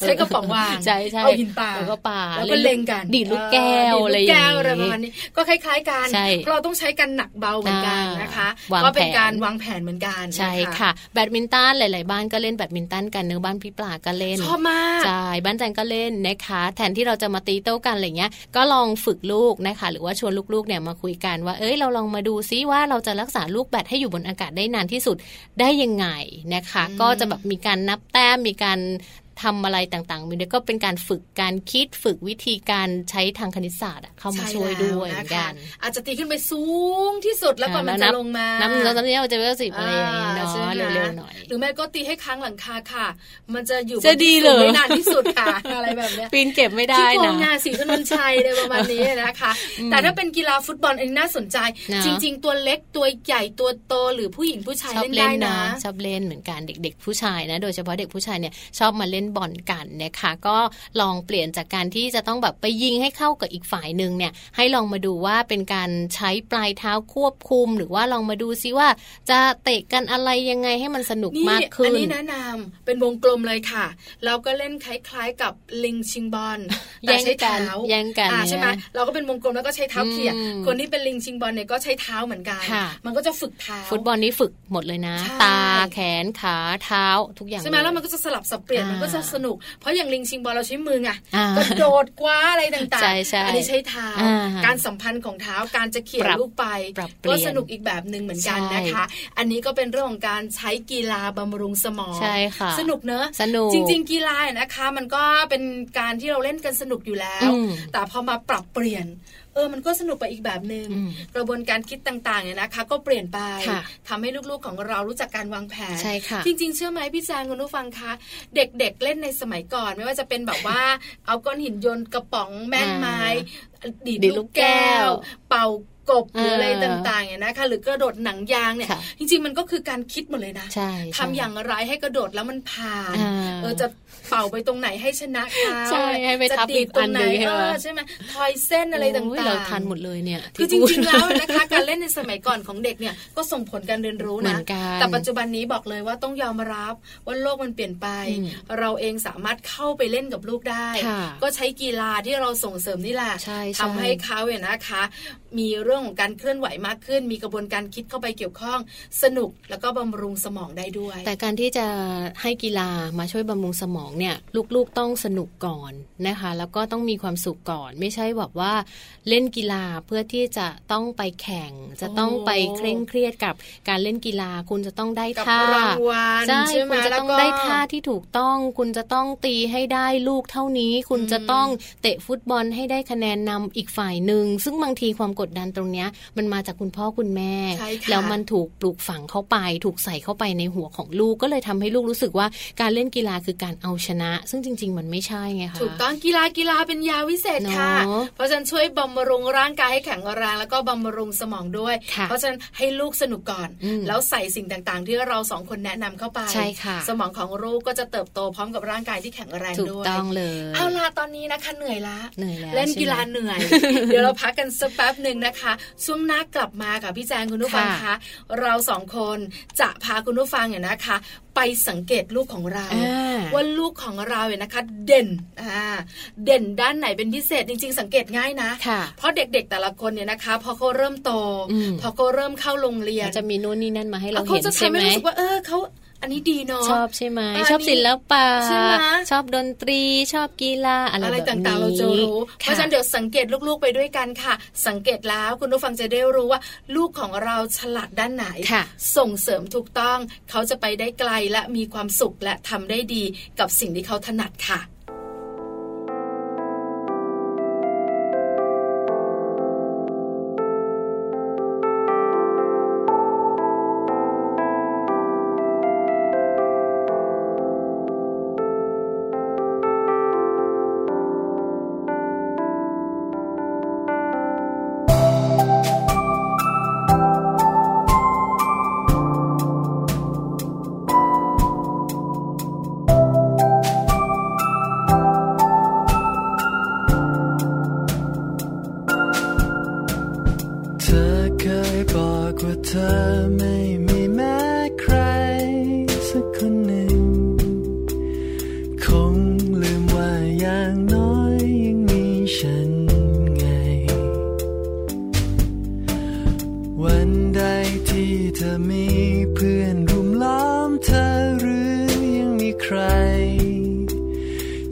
Speaker 1: ใช้กระป๋องวาง
Speaker 2: ใช่ใช่
Speaker 1: เอาหินปลา
Speaker 2: แล้วก็ปา
Speaker 1: แล้วก็เล็งกัน
Speaker 2: ดีดลูกแก้ว
Speaker 1: เ
Speaker 2: อะไรอย่าง
Speaker 1: ดีดลูกแก้ว
Speaker 2: นี้
Speaker 1: อะไรประมาณนี้ก็คล้าย ๆกัน
Speaker 2: ใช่
Speaker 1: เพราะเราต้องใช้กันหนักเบาเหมือนกันนะคะ
Speaker 2: อ่าวาง
Speaker 1: ก็เป็น
Speaker 2: แผน
Speaker 1: การวางแผนเหมือนกัน
Speaker 2: ใช่ค่ะ แบดมินตันหลายๆ บ้านก็เล่นแบดมินตันกันเนื้อะบ้านพี่ปลาก็เล่น
Speaker 1: ชอบมาก
Speaker 2: ใช่ บ้านแจงก็เล่นนะคะ แทนที่เราจะมาตีโต้กันอะไรเงี้ย ก็ลองฝึกลูกนะคะ หรือว่าชวนลูกๆเนี่ยมาคุยกันว่า เอ้ย เราลองมาดูซิว่าเราจะรักษาลูกแบตให้อยู่บนอากาศได้นานที่สุดได้ยังไงนะคะ
Speaker 1: อืม
Speaker 2: ก็จะแบบมีการนับแต้ม มีการทำอะไรต่างๆมีด้วยก็เป็นการฝึกการคิดฝึกวิธีการใช้ทางคณิตศาสตร์อะเข้ามาช่วยด้วยเหมือนกัน
Speaker 1: ใช่แล้วนะคะอาจจะตีขึ้นไปสูงที่สุดแล้วกว่ามันจะลงมา
Speaker 2: น้ำเรา
Speaker 1: ้
Speaker 2: จะเรียกว่าจะเรียกว่าสิบอะไรอย่างเงี้ย
Speaker 1: อ่า
Speaker 2: เนา
Speaker 1: ใช่ไหม
Speaker 2: ะเร็วๆหน่อย
Speaker 1: หรือไม่ก็ตีให้ค้างหลังคาค่ะ มันจะอยู่
Speaker 2: จะดีเหรอ
Speaker 1: บนที่สูงได้นานที่สุด ค่ะ อะไรแบบเนี้ย
Speaker 2: ปีนเก็บไม่ได้
Speaker 1: ที่โก
Speaker 2: นะ
Speaker 1: งงานสีถนนชัยอะไรประมาณนี้นะคะ แต่ถ้าเป็นกีฬาฟุตบอลอันนี้น่าสนใจ
Speaker 2: นะ
Speaker 1: จริง ๆ ตัวเล็กตัวใหญ่ตัวโตหรือผู้หญิงผู้ชาย
Speaker 2: ชอบ
Speaker 1: เล่น
Speaker 2: เล่
Speaker 1: ได้
Speaker 2: น
Speaker 1: นะ
Speaker 2: นะชอบเล่นเหมือนกันเด็ก ๆ ผู้ชายนะ โดยเฉพาะเด็กผู้ชายเนี่ยชอบมาเล่น นบ่อนกันนะคะ ก็ลองเปลี่ยนจากการที่จะต้องแบบไปยิงให้เข้ากับอีกฝ่ายหนึ่งเนี่ย ให้ลองมาดูว่าเป็นการใช้ปลายเท้าควบคุม หรือว่าลองมาดูซิว่า จะเตะกันอะไรยังไงให้มันสนุก
Speaker 1: นี่
Speaker 2: มากขึ้
Speaker 1: อั
Speaker 2: น
Speaker 1: นี้แนะนำเป็นวงกลมเลยค่ะ เราก็เล่นคล้ายๆกับลิงชิงบอล
Speaker 2: แย่
Speaker 1: แต่
Speaker 2: ง
Speaker 1: ใช้
Speaker 2: กัน
Speaker 1: เท้า
Speaker 2: แย่งกัน
Speaker 1: อ่าใช่ไหม
Speaker 2: เนี่ย
Speaker 1: เราก็เป็นวงกลมแล้วก็ใช้เท้าเขี่ย
Speaker 2: อืม
Speaker 1: คนที่เป็นลิงชิงบอลเนี่ยก็ใช้เท้าเหมือนกัน
Speaker 2: ค่ะ
Speaker 1: มันก็จะฝึกเท้า
Speaker 2: ฟุตบอลนี่ฝึกหมดเลยนะ
Speaker 1: ใช่
Speaker 2: ตาแขนขาเท้าทุกอย่าง
Speaker 1: ใช่ไหมแล้วมันก็จะสลับสับเปลี่ยน
Speaker 2: อ่ามั
Speaker 1: มันก็จะสนุก เพราะอย่างลิงชิงบอลเราใช้มือไง
Speaker 2: อ่าก
Speaker 1: ระโดดคว้าอะไรต่าง
Speaker 2: ใช่ใช่
Speaker 1: ๆอันี้ใช้เท้า
Speaker 2: อ่า
Speaker 1: การสัมพันธ์ของเท้าการจะเขี่ย
Speaker 2: ปรับ
Speaker 1: ลูกไป
Speaker 2: ปรับเปลี่
Speaker 1: ก็
Speaker 2: ยน
Speaker 1: สนุกอีกแบบหนึ่งเหมือนกัน
Speaker 2: ใช่
Speaker 1: นะคะ อันนี้ก็เป็นเรื่องของการใช้กีฬาบำรุงสมอง
Speaker 2: ใช่ค่ะ
Speaker 1: สนุกเนอะ
Speaker 2: สนุก
Speaker 1: จริง ๆ กีฬาเนี่ยนะคะ มันก็เป็นการที่เราเล่นกันสนุกอยู่แล้ว
Speaker 2: อืม
Speaker 1: แต่พอมาปรับเปลี่ยน เออมันก็สนุกไปอีกแบบหนึง่ง
Speaker 2: อืม
Speaker 1: กระบวนการคิดต่างๆเนี่ยนะคะ ก็เปลี่ยนไป
Speaker 2: ค่ะ
Speaker 1: ทำให้ลูกๆของเรารู้จักการวางแผน
Speaker 2: ใช่ค่ะ
Speaker 1: จริง ๆ เชื่อไหมพี่แจางคุณผู้ฟังคะเด็กๆ เล่นในสมัยก่อน ไม่ว่าจะเป็นแบบว่า เอาก้อนหินโยนกระป๋องแม่นไม้ดีด
Speaker 2: ดีดลู
Speaker 1: ลู
Speaker 2: ก
Speaker 1: ก
Speaker 2: แก้
Speaker 1: แก้
Speaker 2: ว
Speaker 1: ว เป่ากบหรืออะไร
Speaker 2: เออ
Speaker 1: ต่างๆเนี่ยนะคะหรือกระโดดหนังยางเนี่ย
Speaker 2: ค่ะ
Speaker 1: จริง ๆ มันก็คือการคิดหมดเลยนะ
Speaker 2: ใช่
Speaker 1: ทำอย่างไรให้กระโดดแล้วมันผ่าน
Speaker 2: อ่า
Speaker 1: เออจะเป่าไปตรงไหนให้ชนะเขา
Speaker 2: ใช่ให้ไป
Speaker 1: จะ
Speaker 2: ทับ
Speaker 1: ดีดตรงไหน
Speaker 2: อีกอันหนึ่ง
Speaker 1: เออ
Speaker 2: ใช่ไหม
Speaker 1: ใช่ไหมทอยเส้นอะไรต่าง
Speaker 2: โย
Speaker 1: ๆ
Speaker 2: เราทันหมดเลยเนี่ย
Speaker 1: คือจ
Speaker 2: ที่พูด
Speaker 1: ริงๆแล้วนะคะ การเล่นในสมัยก่อนของเด็กเนี่ยก็ส่งผลการเรียนรู้
Speaker 2: เหมื
Speaker 1: นะ
Speaker 2: อนกัน
Speaker 1: แต่ปัจจุบันนี้บอกเลยว่าต้องยอมรับว่าโลกมันเปลี่ยนไป
Speaker 2: อืม
Speaker 1: เราเองสามารถเข้าไปเล่นกับลูกได้
Speaker 2: ค่ะ
Speaker 1: ก็ใช้กีฬาที่เราส่งเสริมนี่แหละ
Speaker 2: ใช่ใช่
Speaker 1: ทำให้เขาเนี่ยนะคะ มีเรื่องของการเคลื่อนไหวมากขึ้น มีกระบวนการคิดเข้าไปเกี่ยวข้องสนุกแล้วก็บำรุงสมองได้ด้วย
Speaker 2: แต่การที่จะให้กีฬามาช่วยบำรุงสมองเนี่ยลูกๆต้องสนุกก่อนนะคะ แล้วก็ต้องมีความสุขก่อน ไม่ใช่แบบว่าเล่นกีฬาเพื่อที่จะต้องไปแข่ง จะต้องไปเคร่งเครียดกับการเล่นกีฬาคุณจะต้องได้
Speaker 1: กับ
Speaker 2: ท่าร
Speaker 1: างวัล
Speaker 2: ใช่
Speaker 1: ใช่ไหม
Speaker 2: คุณจะ
Speaker 1: แล้ว
Speaker 2: ต้อง
Speaker 1: ก็
Speaker 2: ได้ท่าที่ถูกต้อง คุณจะต้องตีให้ได้ลูกเท่านี้ คุณจะต้องเตะฟุตบอลให้ได้คะแนนนำอีกฝ่ายหนึ่งซึ่งบางทีความกดดันตรงเนี้ยมันมาจากคุณพ่อคุณแม่
Speaker 1: ใช่ค่ะ
Speaker 2: แล้วมัน ถูกปลูกฝังเข้าไป ถูกใส่เข้าไปในหัวของลูกก็เลยทำให้ลูกรู้สึกว่าการเล่นกีฬาคือการเอาชนะ ซึ่งจริง ๆ มันไม่ใช่ไงคะ
Speaker 1: ถูกต้องกีฬากีฬาเป็นยาวิเศษค่ะ
Speaker 2: เนอะ
Speaker 1: เพราะฉะนั้นช่วยบำรุงร่างกายให้แข็งแรงแล้วก็บำรุงสมองด้วย
Speaker 2: ค่ะ
Speaker 1: เพราะฉะนั้นให้ลูกสนุกก่อน
Speaker 2: อืม
Speaker 1: แล้วใส่สิ่งต่างๆ ที่เราสองคนแนะนำเข้าไป
Speaker 2: ใช่ค่ะ
Speaker 1: สมองของลูกก็จะเติบโตพร้อมกับร่างกายที่แข็งแรง
Speaker 2: ถูก
Speaker 1: ด้วย
Speaker 2: ต้องเลย
Speaker 1: เอาล่ะตอนนี้นะคะเหนื่อยละ
Speaker 2: เหนื่อยแล้ว
Speaker 1: เล่นกีฬา
Speaker 2: ใช่
Speaker 1: เหนื่อย
Speaker 2: ไม
Speaker 1: เดี๋ยวเราพักกันสักแป๊บหนึ่งนะคะ ช่วงหน้ากลับมากับพี่แจงคุณผู้ฟัง
Speaker 2: ค่ะ
Speaker 1: คะเราสองคนจะพาคุณผู้ฟังเนี่ยนะคะ ไปสังเกตลูกของเรา
Speaker 2: อ่า
Speaker 1: ว่าลูกของเราเนี่ยนะคะ เด่นอ่าเด่นด้านไหนเป็นพิเศษจริง ๆ สังเกตง่ายนะ
Speaker 2: ค่ะ
Speaker 1: เพราะเด็กๆแต่ละคนเนี่ยนะคะ พอเขาเริ่มโต
Speaker 2: อืม
Speaker 1: พอเขาเริ่มเข้าโรงเรียน
Speaker 2: จะมีนู่นนี่นั่นมาให้เรา
Speaker 1: เขา
Speaker 2: เห็น
Speaker 1: จะ
Speaker 2: ใช่
Speaker 1: ทำ
Speaker 2: ไหม
Speaker 1: ให้รู้สึกว่าเออเขาอันนี้ดีเนาะ
Speaker 2: ชอบใช่ไหม
Speaker 1: อันนี้
Speaker 2: ชอบศิลปะ
Speaker 1: ใช่ไหม
Speaker 2: ชอบดนตรีชอบกีฬาอะไร
Speaker 1: อะไร
Speaker 2: แบบ
Speaker 1: ต่าง
Speaker 2: นี้
Speaker 1: ๆ เราจะรู้ เพ
Speaker 2: ค่
Speaker 1: ราะฉะนั้นเดี๋ยวสังเกตลูกๆไปด้วยกันค่ะ สังเกตแล้วคุณผู้ฟังจะได้รู้ว่า ลูกของเราฉลาดด้านไหน
Speaker 2: ค่ะ
Speaker 1: ส่งเสริมถูกต้อง เขาจะไปได้ไกลและมีความสุขและทำได้ดีกับสิ่งที่เขาถนัดค่ะ
Speaker 3: เธอเคยบอกว่าเธอไม่มีแม้ใครสักคนหนึ่ง คงลืมว่าอย่างน้อยยังมีฉันไง วันใดที่เธอมีเพื่อนรุมล้อมเธอหรือยังมีใคร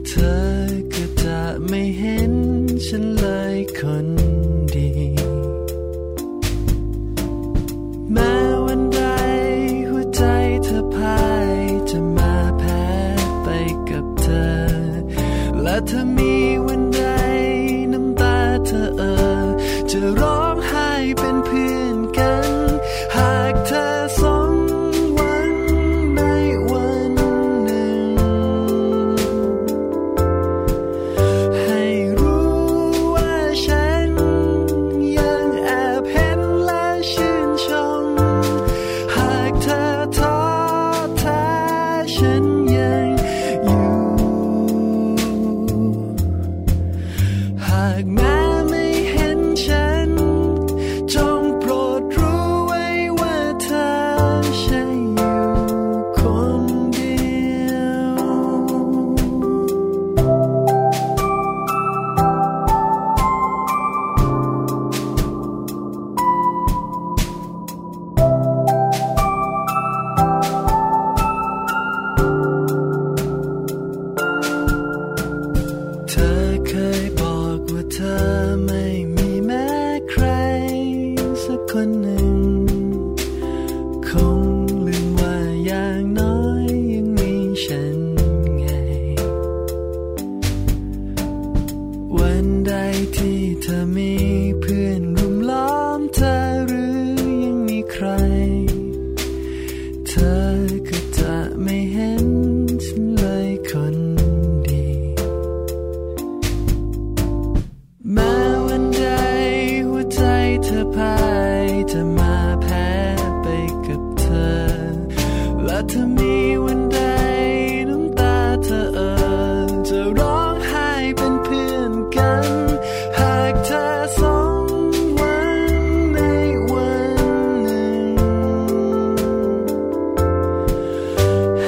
Speaker 3: เธอก็จะไม่เห็นฉันเลยคนดี แม้วันใดหัวใจเธอพ่ายจะมาแพ้ไปกับเธอ และเธอมีวันใดน้ำตาเธอเออ จะร้องไห้เป็นเพื่อนกัน หากเธอสมหวังในวันหนึ่ง ฉันอยู่คนเดียว เธอเคยบอกว่าเธอไม่มีแม้ใคร สักคนหนึ่ง คงลืมว่าอย่างน้อยยังมีฉันไง วันใดที่เธอมีเพื่อนรุมล้อมเธอหรือยังมีใคร เธอก็จะไม่เห็นฉันเลยคนดี แม้วันใดหัวใจเธอพ่ายจะมาแพ้ไปกับเธอ และถ้ามีวันใดน้ำตาเธอเอ่อจะร้องไห้เป็นเพื่อนกัน หากเธอสมหวังในวันหนึ่ง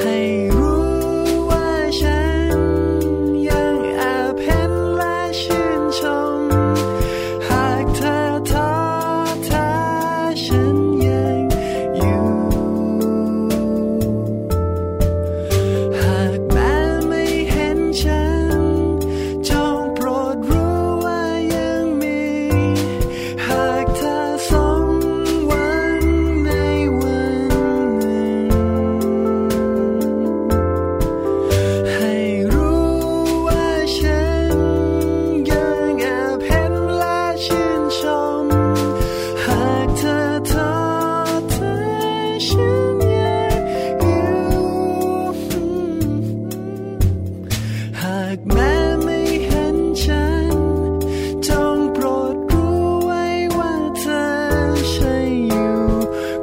Speaker 3: ให้รู้ว่าฉันยังแอบเห็นและชื่นชม หากเธอท้อแท้ฉันยังอยู่ หากแม้ไม่เห็นฉัน จงโปรดรู้ว่ายังมี หากเธอสมหวังในวันหนึ่ง ให้รู้ว่าฉันยังแอบเห็นและชื่นชม หากเธอท้อเธอฉันยังอยู่หากแม้ไม่เห็นฉัน จงโปรดรู้ไว้ว่าเธอใช่อยู่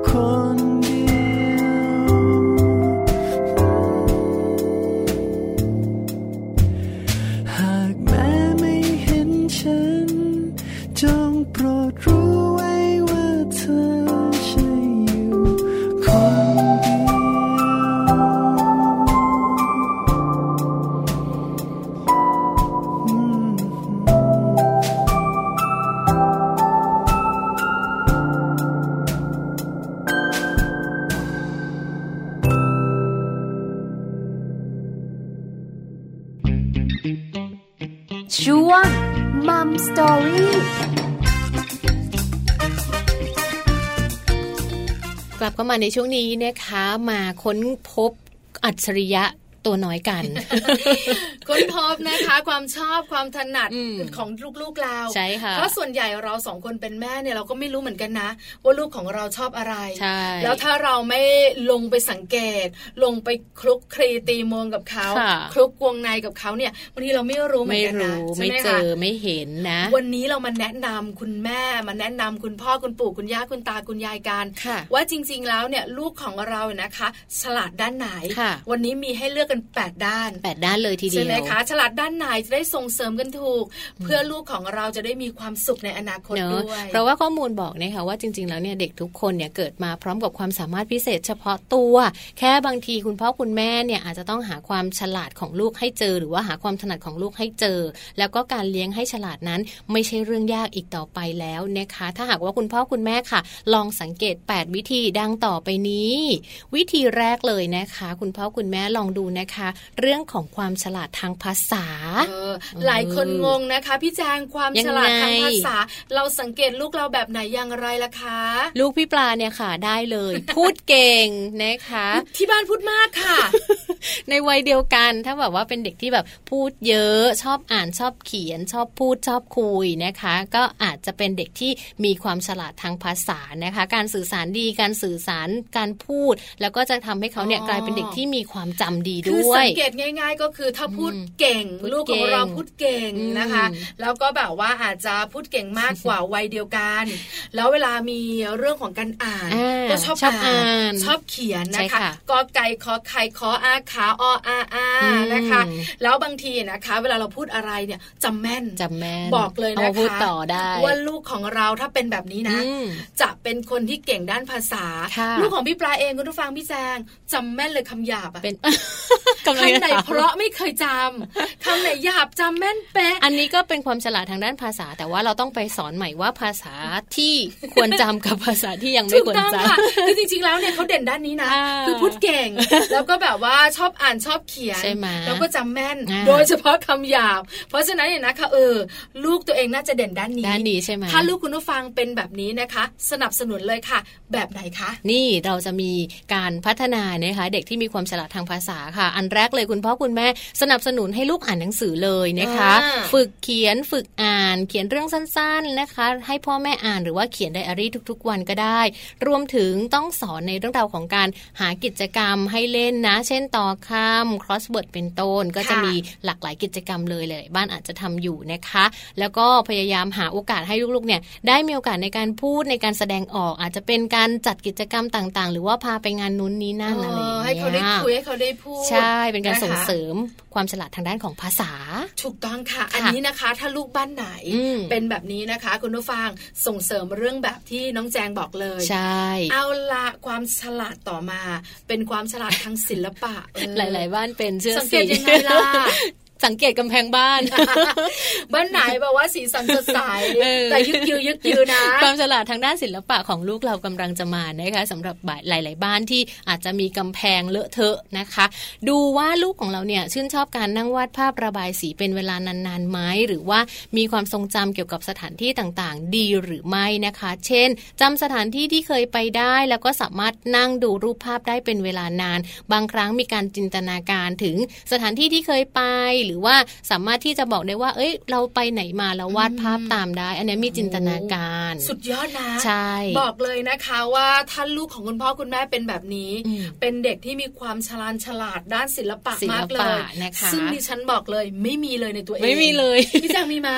Speaker 3: คนเดียว หากแม้ไม่เห็นฉัน จงโปรดรู้ไว้ว่าเธอใช่อยู่คนเดียว
Speaker 4: ช่วงมัมสตอรี่
Speaker 2: กลับเข้ามาในช่วงนี้นะคะมาค้นพบอัจฉริยะตัวน้อยกัน
Speaker 1: ค้นพบนะคะความชอบความถนัด
Speaker 2: อืม
Speaker 1: ของลูกๆเรา
Speaker 2: ใช่ค่ะ
Speaker 1: เพราะส่วนใหญ่เราสองคนเป็นแม่เนี่ยเราก็ไม่รู้เหมือนกันนะ ว่าลูกของเราชอบอะไร
Speaker 2: ใช่
Speaker 1: แล้วถ้าเราไม่ลงไปสังเกต ลงไปคลุกคลีตีมงกับเขา
Speaker 2: ค่ะ
Speaker 1: คลุกกวงในกับเขาเนี่ยบางทีเราไม่รู้เหมือ
Speaker 2: ไม่
Speaker 1: นกันนะ
Speaker 2: รู้
Speaker 1: ใช่
Speaker 2: ไม่
Speaker 1: ไหม
Speaker 2: เจ
Speaker 1: คะ
Speaker 2: อไม่เห็นนะ
Speaker 1: วันนี้เรามาแนะนำคุณแม่มาแนะนำคุณพ่อคุณปู่คุณย่าคุณตาคุณยายกัน
Speaker 2: ค่ะ
Speaker 1: ว่าจริง ๆ แล้วเนี่ยลูกของเราเนี่ยนะคะ ฉลาดด้านไหน
Speaker 2: ค่ะ
Speaker 1: วันนี้มีให้เลือกกัน 8 ด้าน
Speaker 2: แปดด้านเลยทีเดียว
Speaker 1: ใช่ไหมคะฉลาดด้านไหนจะได้ส่งเสริมกันถูก เพื่อลูกของเราจะได้มีความสุขในอนาคต
Speaker 2: เนอะ
Speaker 1: ด้วย
Speaker 2: เพราะว่าข้อมูลบอกนะคะว่าจริงๆ แล้วเนี่ยเด็กทุกคนเนี่ยเกิดมาพร้อมกับความสามารถพิเศษเฉพาะตัว แค่บางทีคุณพ่อคุณแม่เนี่ยอาจจะต้องหาความฉลาดของลูกให้เจอ หรือว่าหาความถนัดของลูกให้เจอ แล้วก็การเลี้ยงให้ฉลาดนั้น ไม่ใช่เรื่องยากอีกต่อไปแล้วนะคะ ถ้าหากว่าคุณพ่อคุณแม่ค่ะ ลองสังเกต 8 วิธีดังต่อไปนี้ วิธีแรกเลยนะคะ คุณพ่อคุณแม่ลองดูนะคะ เรื่องของความฉลาดทางภาษา
Speaker 1: เออหลายคนงงนะคะ พี่แจงความ
Speaker 2: ยัง
Speaker 1: ฉ
Speaker 2: ไง
Speaker 1: ลาดทางภาษา เราสังเกตลูกเราแบบไหนอย่างไรล่ะคะ
Speaker 2: ลูกพี่ปลาเนี่ยค่ะได้เลย พูดเก่งนะคะ
Speaker 1: ที่บ้านพูดมากค่ะ
Speaker 2: ในวัยเดียวกันถ้าแบบว่าเป็นเด็กที่แบบพูดเยอะ ชอบอ่านชอบเขียน ชอบพูดชอบคุยนะคะ ก็อาจจะเป็นเด็กที่มีความฉลาดทางภาษานะคะ การสื่อสารดีการสื่อสารการพูด แล้วก็จะทำให้เขาเนี่ย
Speaker 1: อ๋อ
Speaker 2: กลายเป็นเด็กที่มีความจำดี
Speaker 1: คือ
Speaker 2: ด้ว
Speaker 1: สั
Speaker 2: ย
Speaker 1: งเกตง่าย ๆ ก็คือถ้าพูดเก่ง
Speaker 2: พูดเก่
Speaker 1: ลูกขอ
Speaker 2: ง
Speaker 1: งเราพูดเก่งนะคะ
Speaker 2: อืม
Speaker 1: แล้วก็แบบว่าอาจจะพูดเก่งมาก กว่า วัยเดียวกัน แล้วเวลามีเรื่องของการอ่าน
Speaker 2: อ่า
Speaker 1: ก็ชอบ
Speaker 2: ชอบ
Speaker 1: อ่า
Speaker 2: อ่าน
Speaker 1: นชอบเขียน
Speaker 2: ใช่
Speaker 1: นะคะ
Speaker 2: ค่ะ
Speaker 1: กอไก่ขอไข่ขออาข ขาออาอา
Speaker 2: อืม
Speaker 1: นะคะ แล้วบางทีนะคะ เวลาเราพูดอะไรเนี่ยจำแม่น
Speaker 2: จำแม่น
Speaker 1: บอกเลยนะคะ
Speaker 2: อามาพูดต่อได้
Speaker 1: ว่าลูกของเราถ้าเป็นแบบนี้นะ
Speaker 2: อืม
Speaker 1: จะเป็นคนที่เก่งด้านภาษา
Speaker 2: ค่ะ
Speaker 1: ลูกของพี่ปลาเองคุณผู้ฟังพี่แจงจำแม่นเลยคำหยาบอะ
Speaker 2: เป็น
Speaker 1: คำไหนเพราะไม่เคยจำ คำไหนหยาบจำแม่นเป๊ะ
Speaker 2: อันนี้ก็เป็นความฉลาดทางด้านภาษา แต่ว่าเราต้องไปสอนใหม่ว่าภาษาที่ควรจำกับภาษาที่ยังไม่
Speaker 1: ถูก
Speaker 2: ควร
Speaker 1: ต้อง
Speaker 2: จ
Speaker 1: ค่ะ คือจริงๆ แล้วเนี่ยเขาเด่นด้านนี้นะ
Speaker 2: อ่า
Speaker 1: คือพูดเก่ง แล้วก็แบบว่าชอบอ่านชอบเขียน
Speaker 2: ใช่ไหม
Speaker 1: แล้วก็จำแม่น
Speaker 2: อ่า
Speaker 1: โดยเฉพาะคำหยาบ เพราะฉะนั้นเนี่ยนะคะเออ ลูกตัวเองน่าจะเด่นด้าน
Speaker 2: ำ
Speaker 1: นี้
Speaker 2: ด้านนี้ใช่ไหม
Speaker 1: ถ้าลูกคุณผู้ฟังเป็นแบบนี้นะคะ สนับสนุนเลยค่ะ แบบไหนคะ
Speaker 2: นี่เราจะมีการพัฒนานะคะ เด็กที่มีความฉลาดทางภาษาค่ะ อันแรกเลยคุณพ่อคุณแม่สนับสนุนให้ลูกอ่านหนังสือเลยนะคะ
Speaker 1: อ่า
Speaker 2: ฝึกเขียนฝึกอ่าน เขียนเรื่องสั้น ๆนะคะ ให้พ่อแม่อ่านหรือว่าเขียนไดอารี่ทุก ๆ วันก็ได้ รวมถึงต้องสอนในเรื่องราวของการหากิจกรรมให้เล่นนะ เช่นต่อข้าม crossword เป็นต้น ก็จะมีหลากหลายกิจกรรมเลยหลายๆบ้านอาจจะทำอยู่นะคะ แล้วก็พยายามหาโอกาสให้ลูกๆเนี่ยได้มีโอกาสในการพูดในการแสดงออก อาจจะเป็นการจัดกิจกรรมต่างๆ หรือว่าพาไปงานนู้นนี้นั่นอะไรอย่าง
Speaker 1: เออ
Speaker 2: เงี้ย
Speaker 1: ให้เขาได้คุยให้เขาได้พูด
Speaker 2: ใช่เป็นการส่ง
Speaker 1: นะคะ
Speaker 2: เสริมความฉลาดทางด้านของภาษา
Speaker 1: ถูกต้องค่ะ
Speaker 2: ค่ะ
Speaker 1: อันนี้นะคะ ถ้าลูกบ้านไหน
Speaker 2: อืม
Speaker 1: เป็นแบบนี้นะคะ คุณผู้ฟังส่งเสริมเรื่องแบบที่น้องแจงบอกเลย
Speaker 2: ใช่
Speaker 1: เอาละความฉลาดต่อมา เป็นความฉลาดทางศิลปะเออ
Speaker 2: หลาย ๆ บ้านเป็นเชื่อ
Speaker 1: สังเกตยังไงล่ะ
Speaker 2: สังเกตกำแพงบ้าน
Speaker 1: บ้านไหนแบบว่าสีสันสดใส
Speaker 2: เออ
Speaker 1: แต่ยึกยือยึกยือนะ
Speaker 2: ความฉลาดทางด้านศิลปะของลูกเรากำลังจะมานะคะสำหรับหลาย ๆ บ้านที่อาจจะมีกำแพงเลอะเทอะนะคะ ดูว่าลูกของเราเนี่ยชื่นชอบการนั่งวาดภาพระบายสีเป็นเวลานานๆไหมหรือว่ามีความทรงจำเกี่ยวกับสถานที่ต่างๆ ดีหรือไม่นะคะ เช่นจำสถานที่ที่เคยไปได้ แล้วก็สามารถนั่งดูรูปภาพได้เป็นเวลานาน บางครั้งมีการจินตนาการถึงสถานที่ที่เคยไป หรือว่าสามารถที่จะบอกได้ว่า เอ้ย เราไปไหนมาแล้ววาดภาพตามได้ อันนี้มีจินตนาการ
Speaker 1: สุดยอดนะ
Speaker 2: ใช่
Speaker 1: บอกเลยนะคะว่าท่านลูกของคุณพ่อคุณแม่เป็นแบบนี้
Speaker 2: อืม
Speaker 1: เป็นเด็กที่มีความฉลาดฉลาดด้านศิลปะ
Speaker 2: ศิลปะ
Speaker 1: มากเลย
Speaker 2: นะคะ
Speaker 1: ซึ่งดิฉันบอกเลยไม่มีเลยในตัวเอง
Speaker 2: ไม่มี เลย
Speaker 1: พี่แจงมีมะ